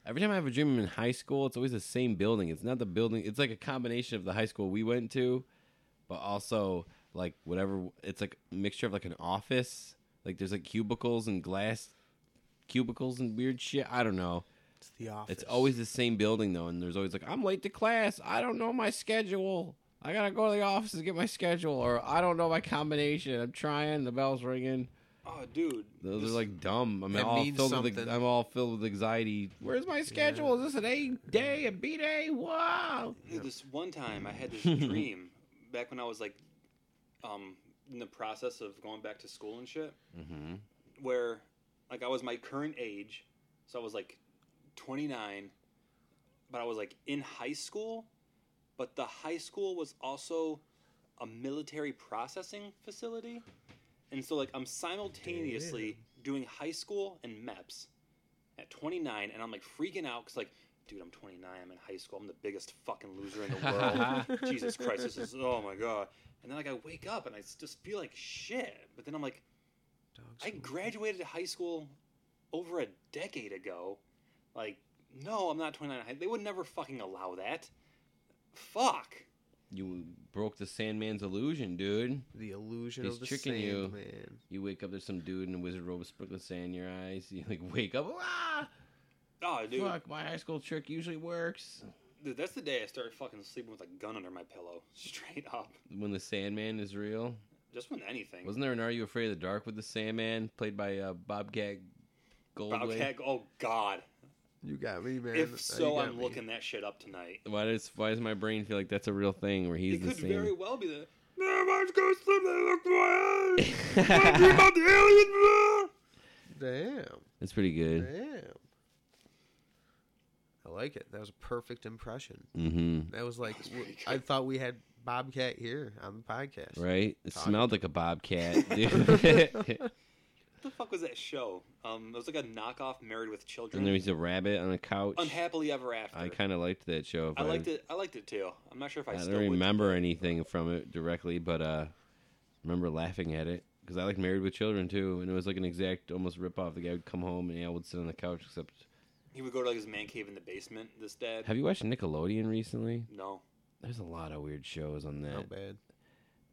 Speaker 1: every time I have a dream I'm in high school, it's always the same building. It's not the building. It's like a combination of the high school we went to, but also like whatever. It's like a mixture of like an office. Like there's like cubicles and glass cubicles and weird shit. I don't know.
Speaker 2: It's the office.
Speaker 1: It's always the same building though, and there's always like, I'm late to class. I don't know my schedule. I gotta go to the office to get my schedule, or I don't know my combination. I'm trying. The bell's ringing.
Speaker 4: Oh, dude,
Speaker 1: Those
Speaker 4: this-
Speaker 1: are like dumb. I'm
Speaker 2: That
Speaker 1: all
Speaker 2: means
Speaker 1: filled with
Speaker 2: something.
Speaker 1: I'm all filled with anxiety. Where's my schedule? Is this an A day, a B day? Wow.
Speaker 4: Dude, This one time I had this dream back when I was like um in the process of going back to school and shit
Speaker 1: Mm-hmm.
Speaker 4: where like I was my current age so I was like 29 but I was like in high school but the high school was also a military processing facility and so like I'm simultaneously doing high school and MEPS at 29 and I'm like freaking out cuz like dude I'm 29 I'm in high school I'm the biggest fucking loser in the world Jesus Christ this is oh my god and then like I wake up and I s- just feel like shit but then I'm like
Speaker 2: Dogs
Speaker 4: I
Speaker 2: will-
Speaker 4: graduated high school over a decade ago. Like, no, I'm not 29. High- They would never fucking allow that. Fuck.
Speaker 1: You broke the Sandman's illusion, dude.
Speaker 2: the illusion
Speaker 1: He's
Speaker 2: of the
Speaker 1: tricking
Speaker 2: sand,
Speaker 1: you.
Speaker 2: man.
Speaker 1: You wake up, there's some dude in a wizard robe with sprinkling sand in your eyes. You like wake up, ah,
Speaker 4: Oh, dude,
Speaker 1: fuck, my high school trick usually works.
Speaker 4: dude, that's the day I started fucking sleeping with a gun under my pillow, straight up.
Speaker 1: When the Sandman is real,
Speaker 4: Just with anything.
Speaker 1: wasn't there an Are You Afraid of the Dark with the Sandman played by uh, Bobcat Goldway?
Speaker 4: Bobcat, oh god.
Speaker 2: You got me, man. Uh, You
Speaker 4: If so,
Speaker 2: got
Speaker 4: I'm
Speaker 2: me.
Speaker 4: looking that shit up tonight.
Speaker 1: Why does why does my brain feel like that's a real thing where he's
Speaker 4: it
Speaker 1: the
Speaker 4: could
Speaker 1: same?
Speaker 4: very well be the. Everyone's gonna sleep. They look my eyes. the
Speaker 2: Damn.
Speaker 1: it's pretty good.
Speaker 2: Damn. I like it. That was a perfect impression.
Speaker 1: Mm-hmm.
Speaker 2: That was like w- I thought we had Bobcat here on the podcast.
Speaker 1: Right? It
Speaker 2: Talking.
Speaker 1: smelled like a bobcat, dude.
Speaker 4: What the fuck was that show? Um, it was like a knockoff Married with Children.
Speaker 1: and there was a rabbit on a couch.
Speaker 4: Unhappily Ever After.
Speaker 1: I kind of liked that show. if
Speaker 4: I liked it. I liked it too. I'm not sure if I,
Speaker 1: I
Speaker 4: still
Speaker 1: don't
Speaker 4: would.
Speaker 1: remember anything from it directly, but uh, remember laughing at it because I liked Married with Children too, and it was like an exact almost rip off. The guy would come home and I would sit on the couch. Except,
Speaker 4: He would go to like his man cave in the basement. This dad.
Speaker 1: have you watched Nickelodeon recently?
Speaker 4: no.
Speaker 1: There's a lot of weird shows on that.
Speaker 2: Not bad.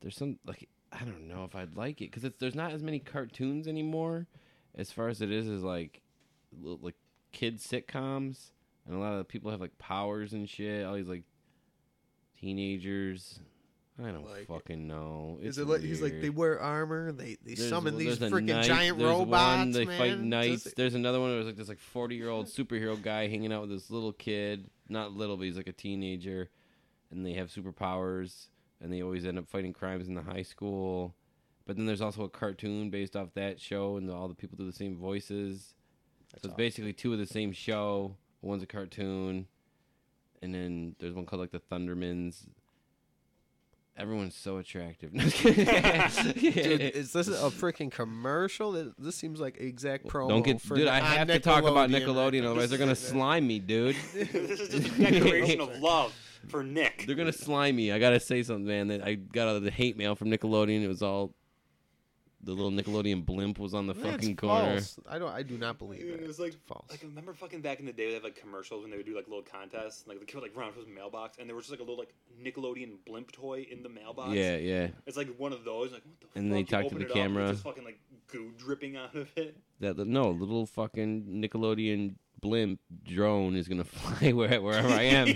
Speaker 1: there's some like I don't know if I'd like it because there's not as many cartoons anymore as far as it is as like l- like kid sitcoms. and a lot of people have like powers and shit. All these like teenagers. I don't
Speaker 2: Like-
Speaker 1: fucking know.
Speaker 2: Is
Speaker 1: It's
Speaker 2: it like he's like
Speaker 1: weird.
Speaker 2: they wear armor? They they
Speaker 1: There's-
Speaker 2: summon
Speaker 1: well,
Speaker 2: these
Speaker 1: there's a
Speaker 2: freaking
Speaker 1: knight,
Speaker 2: giant
Speaker 1: there's
Speaker 2: robots,
Speaker 1: One, they
Speaker 2: man.
Speaker 1: fight
Speaker 2: Does
Speaker 1: knights.
Speaker 2: it-
Speaker 1: There's another one where it was like this like 40 year old superhero guy hanging out with this little kid, not little, but he's like a teenager, and they have superpowers, and they always end up fighting crimes in the high school. But then there's also a cartoon based off that show, and all the people do the same voices. so it's basically two of the same show. One's a cartoon, and then there's one called like the Thundermans. Everyone's so attractive.
Speaker 2: Dude, is this a freaking commercial? This- This seems like exact promo.
Speaker 1: Don't get,
Speaker 2: for
Speaker 1: dude.
Speaker 2: the-
Speaker 1: I
Speaker 2: on
Speaker 1: have to talk about
Speaker 2: right
Speaker 1: Nickelodeon,
Speaker 2: now.
Speaker 1: otherwise they're gonna slime me, dude.
Speaker 4: this is just a declaration of love for Nick.
Speaker 1: They're gonna slime me. I gotta say something, man. That I got all the hate mail from Nickelodeon. It was all the little Nickelodeon blimp was on the
Speaker 2: That's
Speaker 1: fucking corner.
Speaker 2: false. I don't. I do not believe it.
Speaker 4: It was like
Speaker 2: It's false.
Speaker 4: Like I remember fucking back in the day, they had like commercials when they would do like little contests, and, like the kid would like run up to his mailbox, and there was just like a little like Nickelodeon blimp toy in the mailbox.
Speaker 1: Yeah, yeah.
Speaker 4: it's like one of those. Like what the?
Speaker 1: And
Speaker 4: fuck?
Speaker 1: they
Speaker 4: You
Speaker 1: talk to
Speaker 4: open
Speaker 1: the
Speaker 4: it up, and it's
Speaker 1: camera.
Speaker 4: just fucking like goo dripping out of it.
Speaker 1: That no little fucking Nickelodeon blimp drone is gonna fly where, wherever I am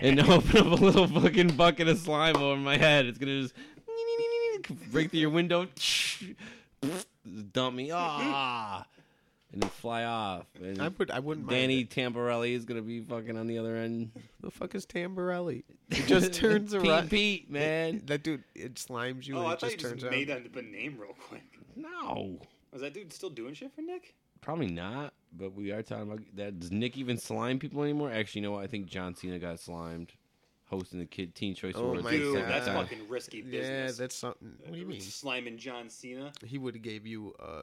Speaker 1: and open up a little fucking bucket of slime over my head. It's gonna just break through your window, dump me, ah, and then fly off. And
Speaker 2: I would. I wouldn't.
Speaker 1: Danny
Speaker 2: Mind
Speaker 1: Tamborelli is gonna be fucking on the other end.
Speaker 2: it. the fuck is Tamborelli? It just turns around.
Speaker 1: Pete, Pete, man.
Speaker 2: That dude, it slimes you
Speaker 4: Oh,
Speaker 2: and
Speaker 4: I
Speaker 2: it
Speaker 4: thought
Speaker 2: just
Speaker 4: you just
Speaker 2: turns
Speaker 4: made
Speaker 2: out.
Speaker 4: that up a name real quick.
Speaker 1: No,
Speaker 4: Was that dude still doing shit for Nick?
Speaker 1: probably not. But we are talking about that. Does Nick even slime people anymore? Actually, you know what? I think John Cena got slimed hosting the kid Teen Choice
Speaker 2: Oh
Speaker 1: Awards.
Speaker 2: my
Speaker 1: at the
Speaker 4: Dude,
Speaker 1: same
Speaker 2: God.
Speaker 4: that's
Speaker 1: time.
Speaker 4: fucking risky
Speaker 2: Yeah,
Speaker 4: business.
Speaker 2: that's something. What do you mean?
Speaker 4: Sliming John Cena.
Speaker 2: He would have gave you a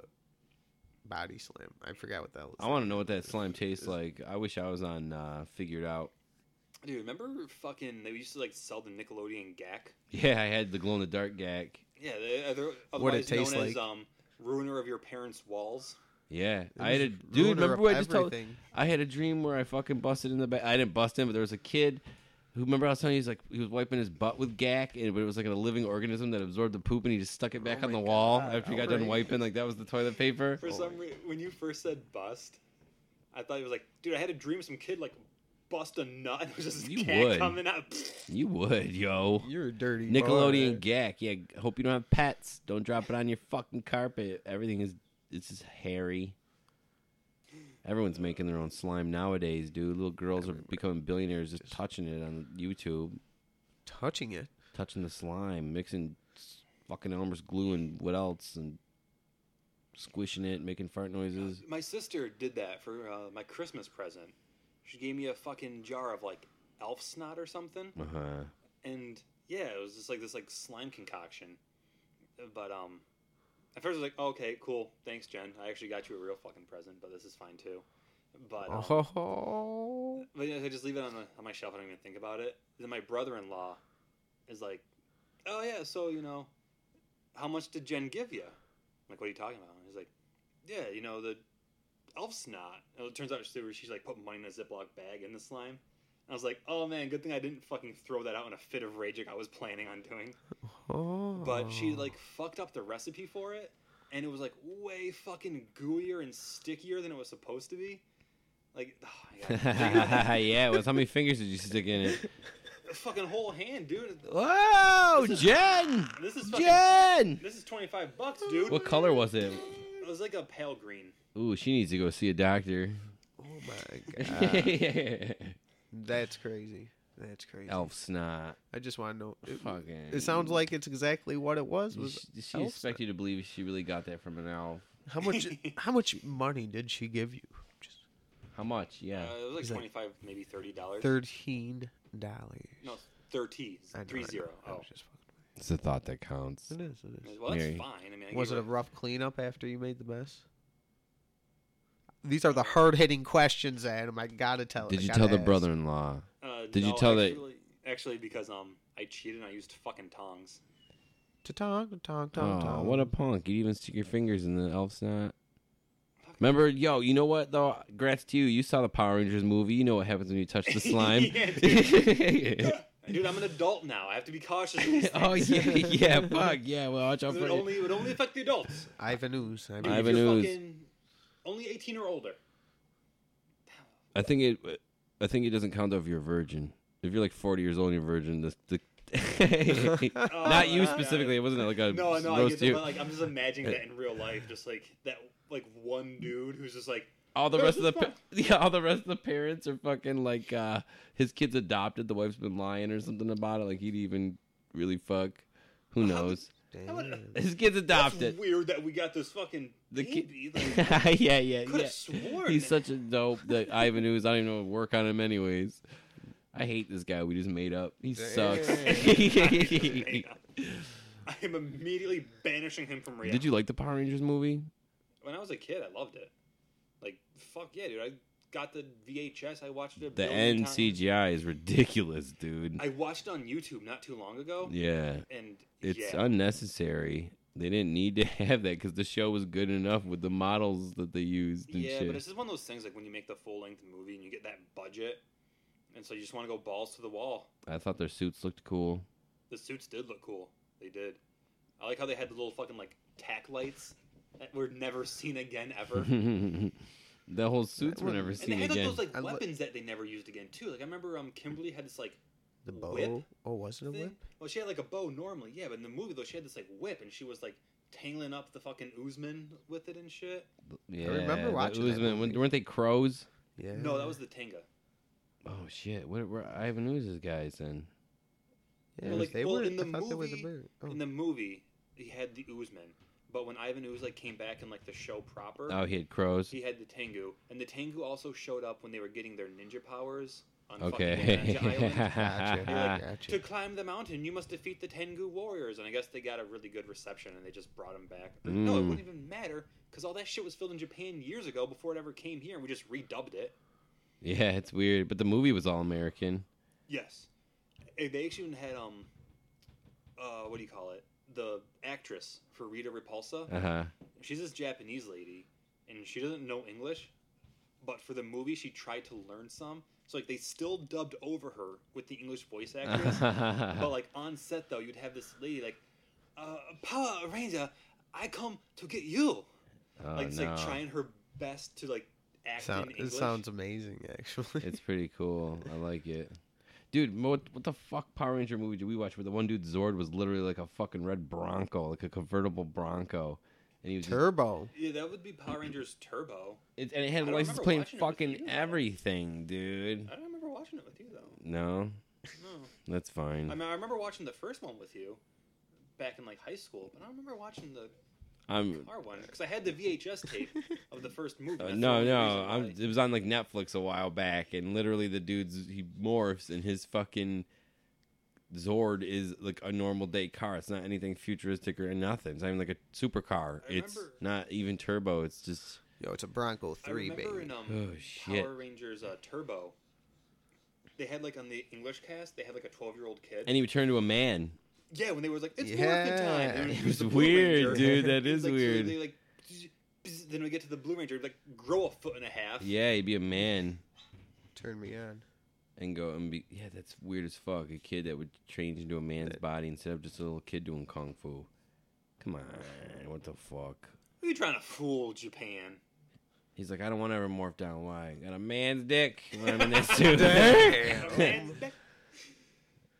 Speaker 2: body slam. I forgot what that was.
Speaker 1: I want to know what that slime tastes like. I wish I was on uh, Figured Out.
Speaker 4: Dude, remember fucking? They used to like sell the Nickelodeon gack.
Speaker 1: Yeah, I had the glow in the dark gag.
Speaker 4: Yeah, they, other, otherwise
Speaker 2: What it tastes
Speaker 4: known as
Speaker 2: like.
Speaker 4: um, ruiner of your parents' walls.
Speaker 1: Yeah,
Speaker 2: It
Speaker 1: I
Speaker 2: was
Speaker 1: had a
Speaker 2: ruiner
Speaker 1: dude. Remember
Speaker 2: of
Speaker 1: what I just told?
Speaker 2: everything.
Speaker 1: I had a dream where I fucking busted in the back. I didn't bust in, but there was a kid who remember I was telling you he's like he was wiping his butt with gack, and but it was like a living organism that absorbed the poop, and he just stuck it back
Speaker 2: Oh
Speaker 1: on the
Speaker 2: my
Speaker 1: wall
Speaker 2: God,
Speaker 1: after he got done
Speaker 2: outrageous.
Speaker 1: wiping. Like that was the toilet paper.
Speaker 4: For some reason, when you first said bust, I thought it was like, dude, I had a dream some kid like bust a nut. It was just
Speaker 1: You
Speaker 4: cat
Speaker 1: would.
Speaker 4: coming out.
Speaker 1: You would, yo.
Speaker 2: You're a dirty
Speaker 1: Nickelodeon
Speaker 2: boy.
Speaker 1: gack. Yeah, hope you don't have pets. Don't drop it on your fucking carpet. Everything is it's just hairy. Everyone's making their own slime nowadays, dude. Little girls are becoming billionaires just touching it on YouTube,
Speaker 2: touching it.
Speaker 1: touching the slime, mixing s- fucking Elmer's glue and what else, and squishing it, making fart noises.
Speaker 4: My sister did that for uh, my Christmas present. She gave me a fucking jar of like elf snot or something,
Speaker 1: Uh huh.
Speaker 4: and yeah, it was just like this like slime concoction. But um, at first I was like, "Oh, okay, cool, thanks, Jen. I actually got you a real fucking present, but this is fine too. But um,
Speaker 2: Oh,
Speaker 4: But yeah, I just leave it on, the, on my shelf. I don't even think about it. Then my brother-in-law is like, "Oh yeah, so you know, how much did Jen give you?" I'm like, "What are you talking about?" And he's like, "Yeah, you know the elf snot." And it turns out she, she's like put money in a Ziploc bag in the slime. I was like, "Oh man, good thing I didn't fucking throw that out in a fit of rage like I was planning on doing."
Speaker 2: oh.
Speaker 4: But she like fucked up the recipe for it, and it was like way fucking gooier and stickier than it was supposed to be. Like, oh, my God.
Speaker 1: yeah, it was how many fingers did you stick in it?
Speaker 4: A fucking whole hand, dude.
Speaker 1: Whoa, Jen!
Speaker 4: This is fucking,
Speaker 1: Jen!
Speaker 4: this is twenty five bucks, dude.
Speaker 1: What color was it?
Speaker 4: It was like a pale green.
Speaker 1: Ooh, she needs to go see a doctor. Ah,
Speaker 2: Oh my god, that's crazy. That's crazy.
Speaker 1: elf snot.
Speaker 2: I just want to know. It,
Speaker 1: Fucking.
Speaker 2: it sounds like it's exactly what it was.
Speaker 1: Did
Speaker 2: Was
Speaker 1: she, did she
Speaker 2: elf
Speaker 1: expect you to believe she really got that from an elf?
Speaker 2: how much? How much money did she give you? Just
Speaker 1: How much?
Speaker 4: Uh,
Speaker 1: Yeah.
Speaker 4: it was like
Speaker 2: It's like
Speaker 4: twenty five, maybe thirty dollars.
Speaker 2: thirteen dollars.
Speaker 4: No, thirty. Three zero.
Speaker 2: I
Speaker 4: Oh,
Speaker 2: was just fucking.
Speaker 1: It's the thought that counts.
Speaker 2: It is. It is.
Speaker 4: well, that's
Speaker 1: Mary.
Speaker 4: fine. I mean, I
Speaker 2: Was
Speaker 4: gave
Speaker 2: it a
Speaker 4: her-
Speaker 2: rough cleanup after you made the mess? These are the hard hitting questions, Adam. I gotta tell.
Speaker 1: Did
Speaker 2: I
Speaker 1: you
Speaker 2: gotta
Speaker 1: tell the
Speaker 2: ask.
Speaker 1: brother in law?
Speaker 4: Uh,
Speaker 1: Did you
Speaker 4: no,
Speaker 1: tell that-
Speaker 4: actually, Actually, because um, I cheated and I used fucking tongs.
Speaker 2: Ta-tong, tong, tong,
Speaker 1: Oh,
Speaker 2: tong.
Speaker 1: what a punk. You'd even stick your fingers in the elf snot. Remember, yo, you know what though? Grats to you. You saw the Power Rangers movie. You know what happens when you touch the slime.
Speaker 4: Yeah, Dude, I'm an adult now. I have to be cautious. Of these things.
Speaker 1: oh yeah, yeah, fuck yeah. Well, watch out
Speaker 4: It
Speaker 1: for
Speaker 4: would
Speaker 1: it.
Speaker 4: only it would only affect the adults.
Speaker 2: Ivan Ooze. I
Speaker 4: Dude,
Speaker 2: mean,
Speaker 4: if
Speaker 1: Ivan
Speaker 4: you're
Speaker 1: Ooze.
Speaker 4: fucking only eighteen or older.
Speaker 1: I think it I think it doesn't count though if you're a virgin. If you're like 40 years old and you're a virgin, the, the not you specifically. It wasn't like a
Speaker 4: No, no, I
Speaker 1: roast
Speaker 4: get that,
Speaker 1: you.
Speaker 4: but like I'm just imagining that in real life, just like that, like one dude who's just like,
Speaker 1: all the
Speaker 4: No,
Speaker 1: rest of the
Speaker 4: this is
Speaker 1: pa- yeah, all the rest of the parents are fucking like uh his kids adopted. The wife's been lying or something about it. Like he'd even really fuck. Who knows?
Speaker 2: Damn.
Speaker 1: His kids
Speaker 4: that's
Speaker 1: adopted.
Speaker 4: weird that we got this fucking
Speaker 1: The ki-
Speaker 4: baby. Like,
Speaker 1: yeah, yeah,
Speaker 4: could
Speaker 1: yeah.
Speaker 4: have sworn
Speaker 1: He's such a dope that Ivan who's I don't even know work on him anyways. I hate this guy. We just made up. He sucks.
Speaker 4: Hey, I am immediately banishing him from reality.
Speaker 1: Did you like the Power Rangers movie?
Speaker 4: When I was a kid, I loved it. Like, fuck yeah, dude! I got the VHS. I watched it. a
Speaker 1: The
Speaker 4: billion
Speaker 1: end
Speaker 4: times.
Speaker 1: CGI is ridiculous, dude.
Speaker 4: I watched it on YouTube not too long ago,
Speaker 1: yeah,
Speaker 4: and
Speaker 1: it's
Speaker 4: yeah,
Speaker 1: unnecessary. They didn't need to have that because the show was good enough with the models that they used and
Speaker 4: yeah.
Speaker 1: shit.
Speaker 4: But it's just one of those things like when you make the full length movie and you get that budget, and so you just want to go balls to the wall.
Speaker 1: I thought their suits looked cool.
Speaker 4: The suits did look cool. They did. I like how they had the little fucking like tack lights that were never seen again ever.
Speaker 1: the whole suits were
Speaker 2: were-
Speaker 1: never
Speaker 2: and
Speaker 4: And they
Speaker 1: seen
Speaker 4: had like
Speaker 1: again.
Speaker 4: those like
Speaker 2: I lo-
Speaker 4: weapons that they never used again too. Like I remember um Kimberly had this like
Speaker 2: The bow.
Speaker 4: Whip?
Speaker 2: Oh, was it a
Speaker 4: thing.
Speaker 2: whip?
Speaker 4: Well, she had like a bow normally, yeah, but in the movie though she had this like whip and she was like tangling up the fucking Oozman with it and shit.
Speaker 1: yeah,
Speaker 2: remember
Speaker 1: the
Speaker 2: watching that
Speaker 1: Uzman-
Speaker 2: movie.
Speaker 1: weren't they crows?
Speaker 2: Yeah.
Speaker 4: No, that was the Tenga.
Speaker 1: Oh shit! What were Ivan Ooze's guys then?
Speaker 2: Yeah, it
Speaker 4: Well,
Speaker 2: was-
Speaker 4: like,
Speaker 2: they
Speaker 4: well,
Speaker 2: were.
Speaker 4: in the
Speaker 2: I thought they were the
Speaker 4: movie-
Speaker 2: bird. Oh.
Speaker 4: In the movie, he had the Oozman, but when Ivan Ooze like came back in like the show proper,
Speaker 1: Oh, he had crows.
Speaker 4: he had the Tengu, and the Tengu also showed up when they were getting their ninja powers on
Speaker 1: Okay.
Speaker 4: fucking Ninja
Speaker 2: Oh.
Speaker 4: Island.
Speaker 2: Gotcha.
Speaker 4: like,
Speaker 2: gotcha.
Speaker 4: To climb the mountain, you must defeat the Tengu warriors, and I guess they got a really good reception, and they just brought him back. But No, it
Speaker 1: Mm.
Speaker 4: wouldn't even matter because all that shit was filled in Japan years ago before it ever came here, and we just redubbed it.
Speaker 1: yeah, it's weird, but the movie was all American.
Speaker 4: Yes, Eh, they actually even had um, uh, what do you call it? The actress for Rita Repulsa.
Speaker 1: Uh huh.
Speaker 4: She's this Japanese lady, and she doesn't know English, but for the movie, she tried to learn some. So like they still dubbed over her with the English voice actress. But like on set though, you'd have this lady like, uh, Power Ranger, I come to get you.
Speaker 1: oh,
Speaker 4: like it's
Speaker 1: no.
Speaker 4: like trying her best to like act in
Speaker 2: Sound, it
Speaker 4: English.
Speaker 2: sounds amazing, actually.
Speaker 1: it's pretty cool. I like it. Dude, mo- what, what the fuck Power Ranger movie did we watch where the one dude Zord was literally like a fucking red Bronco, like a convertible Bronco, and he was just-
Speaker 2: Turbo.
Speaker 4: Yeah, that would be Power Rangers Turbo.
Speaker 1: it, and it had
Speaker 4: I
Speaker 1: a
Speaker 4: don't
Speaker 1: license
Speaker 4: remember
Speaker 1: playing
Speaker 4: watching it with you,
Speaker 1: fucking
Speaker 4: though.
Speaker 1: everything, dude.
Speaker 4: I don't remember watching it with you though.
Speaker 1: No,
Speaker 4: No,
Speaker 1: that's fine.
Speaker 4: I mean I remember watching the first one with you back in like high school, but I don't remember watching the
Speaker 1: I'm
Speaker 4: car one because I had the VHS tape of the first movie.
Speaker 1: Uh,
Speaker 4: That's the
Speaker 1: no,
Speaker 4: only
Speaker 1: no.
Speaker 4: reason
Speaker 1: I'm,
Speaker 4: why.
Speaker 1: it was on like Netflix a while back, and literally the dude's he morphs, and his fucking Zord is like a normal day car. It's not anything futuristic or nothing. It's not even like a supercar.
Speaker 4: I
Speaker 1: It's
Speaker 4: remember-
Speaker 1: not even turbo. It's just
Speaker 2: Yo, it's a Bronco
Speaker 4: I
Speaker 2: 3,
Speaker 4: remember
Speaker 2: baby.
Speaker 4: in um,
Speaker 1: oh shit.
Speaker 4: Power Rangers uh, Turbo, they had like on the English cast, they had like a twelve-year-old kid.
Speaker 1: And he would turn to a man.
Speaker 4: yeah, when they were like, "It's
Speaker 2: Yeah.
Speaker 4: morphin' time," and
Speaker 1: It
Speaker 4: it
Speaker 1: was
Speaker 4: was the Blue
Speaker 1: weird,
Speaker 4: Ranger.
Speaker 1: dude. That
Speaker 4: It was,
Speaker 1: is
Speaker 4: like, so
Speaker 1: weird.
Speaker 4: They like, bzz, bzz, then we get to the Blue Ranger, like grow a foot and a half.
Speaker 1: Yeah, he'd be a man
Speaker 2: Turn me on.
Speaker 1: and go and be. Yeah, that's weird as fuck. A kid that would change into a man's body instead of just a little kid doing kung fu. Come on, what the fuck?
Speaker 4: Who you trying to fool, Japan?
Speaker 1: He's like, I don't want to ever morph down. Why? Got a man's dick when I'm in this suit.
Speaker 4: Man, that-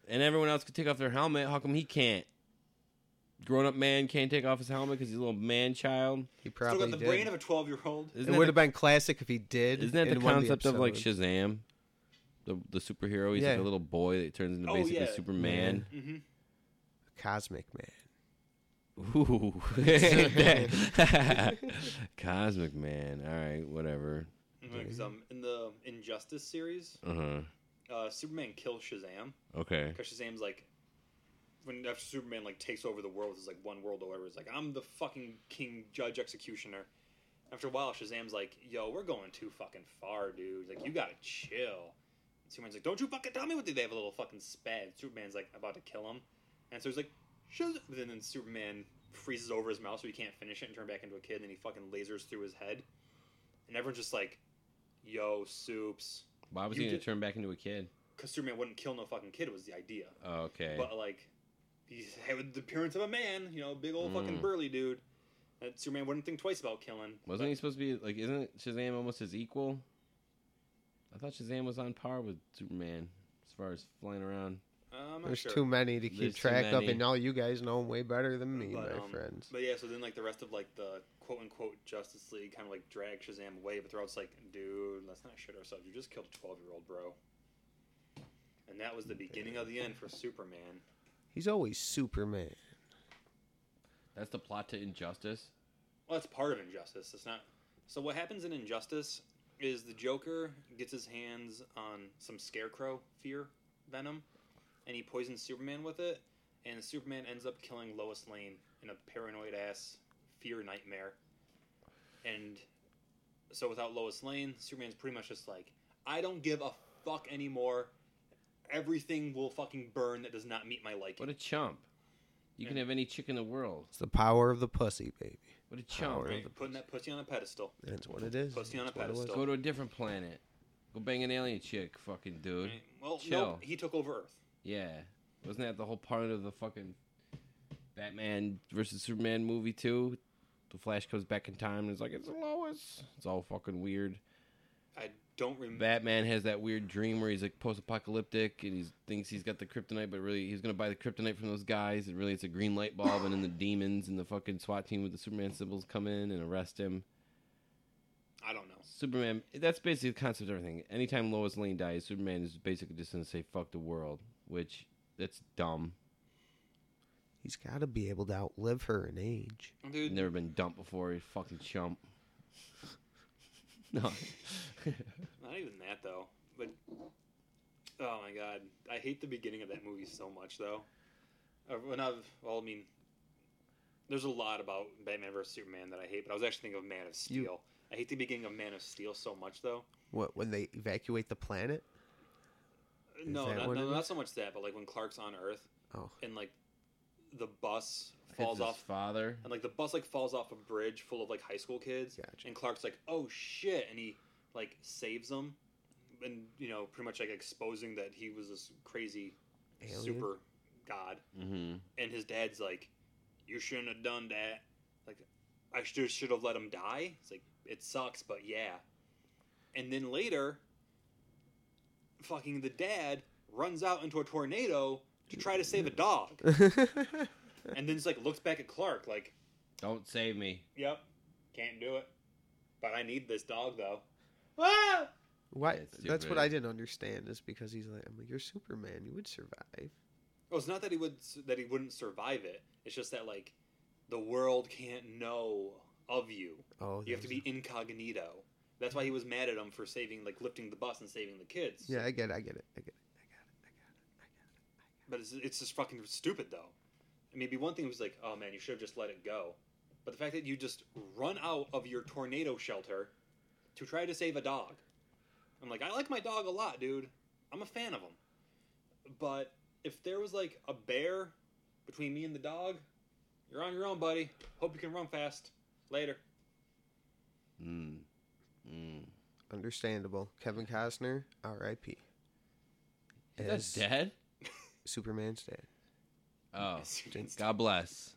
Speaker 1: and everyone else could take off their helmet. How come he can't? Grown up man can't take off his helmet because he's a little man child.
Speaker 2: He
Speaker 4: Still
Speaker 2: probably
Speaker 4: got the
Speaker 2: did.
Speaker 4: brain of a twelve-year-old.
Speaker 1: Isn't
Speaker 2: it would
Speaker 1: that
Speaker 2: have been classic if he did.
Speaker 1: the, isn't that the
Speaker 2: in one of
Speaker 1: concept of like
Speaker 2: episodes.
Speaker 1: Shazam? The the superhero. He's like
Speaker 2: Yeah.
Speaker 1: a little boy that turns into
Speaker 4: Oh,
Speaker 1: basically
Speaker 4: yeah.
Speaker 1: Superman.
Speaker 4: hmm
Speaker 2: Cosmic Man?
Speaker 1: Ooh. Cosmic man. All right, whatever.
Speaker 4: Because um, in the Injustice series,
Speaker 1: Uh huh.
Speaker 4: uh, Superman kills Shazam.
Speaker 1: Okay.
Speaker 4: Because Shazam's like, when after Superman like takes over the world, it's like one world or whatever. It's like I'm the fucking king, judge, executioner. After a while, Shazam's like, "Yo, we're going too fucking far, dude. Like, you gotta chill." And Superman's like, "Don't you fucking tell me what to do." They have a little fucking spat. And Superman's like about to kill him, and so he's like, "Shazam!" But then, then Superman freezes over his mouth so he can't finish it and turn back into a kid. And then he fucking lasers through his head, and everyone's just like, "Yo, Supes,"
Speaker 1: Why was
Speaker 4: You
Speaker 1: he gonna
Speaker 4: did-
Speaker 1: turn back into a kid?
Speaker 4: because Superman wouldn't kill no fucking kid. Was the idea.
Speaker 1: Oh, okay.
Speaker 4: But like, he had the appearance of a man, you know, big old fucking
Speaker 1: Mm.
Speaker 4: burly dude. That Superman wouldn't think twice about killing.
Speaker 1: Wasn't he supposed to be like? Isn't Shazam almost his equal? I thought Shazam was on par with Superman as far as flying around.
Speaker 4: Uh, I'm not
Speaker 2: There's
Speaker 4: sure.
Speaker 2: too many to keep
Speaker 1: There's too
Speaker 2: track of,
Speaker 1: many.
Speaker 2: and all you guys know 'em way better than me,
Speaker 4: But,
Speaker 2: my
Speaker 4: um,
Speaker 2: friends.
Speaker 4: But yeah, so then like the rest of like the quote unquote Justice League kind of like drag Shazam away, but they're all just like, dude, let's not shit ourselves. You just killed a twelve year old, bro. And that was the beginning of the end for Superman.
Speaker 2: He's always Superman.
Speaker 1: That's the plot to Injustice.
Speaker 4: Well, that's part of Injustice. It's not. So what happens in Injustice is the Joker gets his hands on some Scarecrow fear venom, and he poisons Superman with it, and Superman ends up killing Lois Lane in a paranoid ass fear nightmare. And so without Lois Lane, Superman's pretty much just like, I don't give a fuck anymore. Everything will fucking burn that does not meet my liking.
Speaker 1: What a chump! You can have any chick in the world.
Speaker 2: It's the power of the pussy, baby.
Speaker 1: What a chump!
Speaker 2: Power.
Speaker 4: Right, putting that pussy on a pedestal.
Speaker 2: That's what it is.
Speaker 4: Pussy on a
Speaker 2: That's what it was.
Speaker 4: pedestal.
Speaker 1: Go to a different planet. Go bang an alien chick, fucking dude.
Speaker 4: Right? Well,
Speaker 1: Chill.
Speaker 4: no, he took over Earth.
Speaker 1: Yeah, wasn't that the whole part of the fucking Batman versus Superman movie too? The Flash comes back in time and is like, "It's Lois." It's all fucking weird.
Speaker 4: I don't remember.
Speaker 1: Batman has that weird dream where he's like post-apocalyptic and he thinks he's got the kryptonite, but really he's gonna buy the kryptonite from those guys, and really it's a green light bulb, and then the demons and the fucking SWAT team with the Superman symbols come in and arrest him.
Speaker 4: I don't know.
Speaker 1: Superman. That's basically the concept of everything. Anytime Lois Lane dies, Superman is basically just gonna say "fuck the world," which that's dumb.
Speaker 2: He's got to be able to outlive her in age.
Speaker 4: Dude,
Speaker 1: Never been dumped before. You fucking chump. no.
Speaker 4: not even that though. But oh my god, I hate the beginning of that movie so much though. Uh, When I've well, I mean, there's a lot about Batman versus Superman that I hate, but I was actually thinking of Man of Steel. I hate the beginning of Man of Steel so much though.
Speaker 2: What when they evacuate the planet?
Speaker 4: Uh, no,
Speaker 2: that
Speaker 4: not,
Speaker 2: what
Speaker 4: no,
Speaker 2: it
Speaker 4: not
Speaker 2: is?
Speaker 4: so much that, but like when Clark's on Earth
Speaker 2: Oh,
Speaker 4: and like the bus
Speaker 1: Hits
Speaker 4: falls
Speaker 1: his
Speaker 4: off
Speaker 1: father.
Speaker 4: And like the bus like falls off a bridge full of like high school kids.
Speaker 2: Gotcha.
Speaker 4: And Clark's like, "Oh shit!" And he like saves them, and you know, pretty much like exposing that he was this crazy
Speaker 2: Alien?
Speaker 4: super god.
Speaker 1: Mm-hmm.
Speaker 4: And his dad's like, "You shouldn't have done that. Like, I should should have let him die." It's like it sucks, but yeah. And then later, fucking the dad runs out into a tornado to try to save a dog, and then just like looks back at Clark like.
Speaker 1: Don't save me.
Speaker 4: Yep. Can't do it. But I need this dog though.
Speaker 2: why?
Speaker 1: That's
Speaker 2: that's what
Speaker 1: stupid.
Speaker 2: I didn't understand. Is because he's like, I'm like, you're Superman. You would survive.
Speaker 4: Well, it's not that he would that he wouldn't survive it. It's just that like the world can't know of you.
Speaker 2: Oh,
Speaker 4: You have
Speaker 2: that
Speaker 4: to
Speaker 2: was-
Speaker 4: be incognito. That's why he was mad at him for saving like lifting the bus and saving the kids.
Speaker 2: Yeah, I get it. I get it. I get it.
Speaker 4: But it's, it's just fucking stupid though. I mean, it'd be one thing if it was like, oh man, you should have just let it go. But the fact that you just run out of your tornado shelter to try to save a dog. I'm like, I like my dog a lot, dude. I'm a fan of him. But if there was like a bear between me and the dog, you're on your own, buddy. Hope you can run fast. Later.
Speaker 1: Mm. Mm.
Speaker 2: Understandable. Kevin Costner, R.I.P.
Speaker 1: Is
Speaker 2: As
Speaker 1: that dead?
Speaker 2: Superman's dad.
Speaker 1: Oh,
Speaker 4: Superman's
Speaker 1: God bless.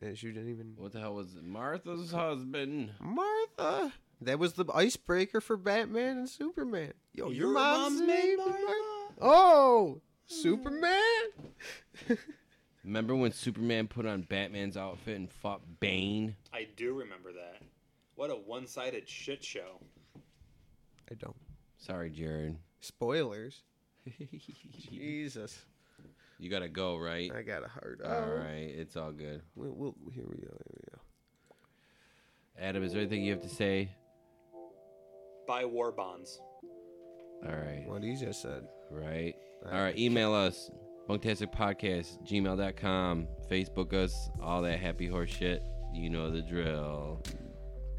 Speaker 2: As you didn't even
Speaker 1: What the hell was it? Martha's husband?
Speaker 2: Martha. That was the icebreaker for Batman and Superman. Yo, Oh, your,
Speaker 4: Your
Speaker 2: mom's,
Speaker 4: mom's
Speaker 2: name?
Speaker 4: name,
Speaker 2: is Martha?
Speaker 4: Martha?
Speaker 2: Oh, Superman.
Speaker 1: Remember when Superman put on Batman's outfit and fought Bane?
Speaker 4: I do remember that. What a one sided shit show.
Speaker 2: I don't.
Speaker 1: Sorry, Jared.
Speaker 2: Spoilers.
Speaker 1: you
Speaker 2: Jesus,
Speaker 1: gotta go, right?
Speaker 2: I got a hard.
Speaker 1: All right, it's all good.
Speaker 2: We'll, we'll, here we go. Here we go.
Speaker 1: Adam, is there anything you have to say?
Speaker 4: Buy war bonds.
Speaker 1: All right.
Speaker 2: What he just said.
Speaker 1: Right. All right. Email us bunktasticpodcast gmail.com, Facebook us, all that happy horse shit. You know the drill.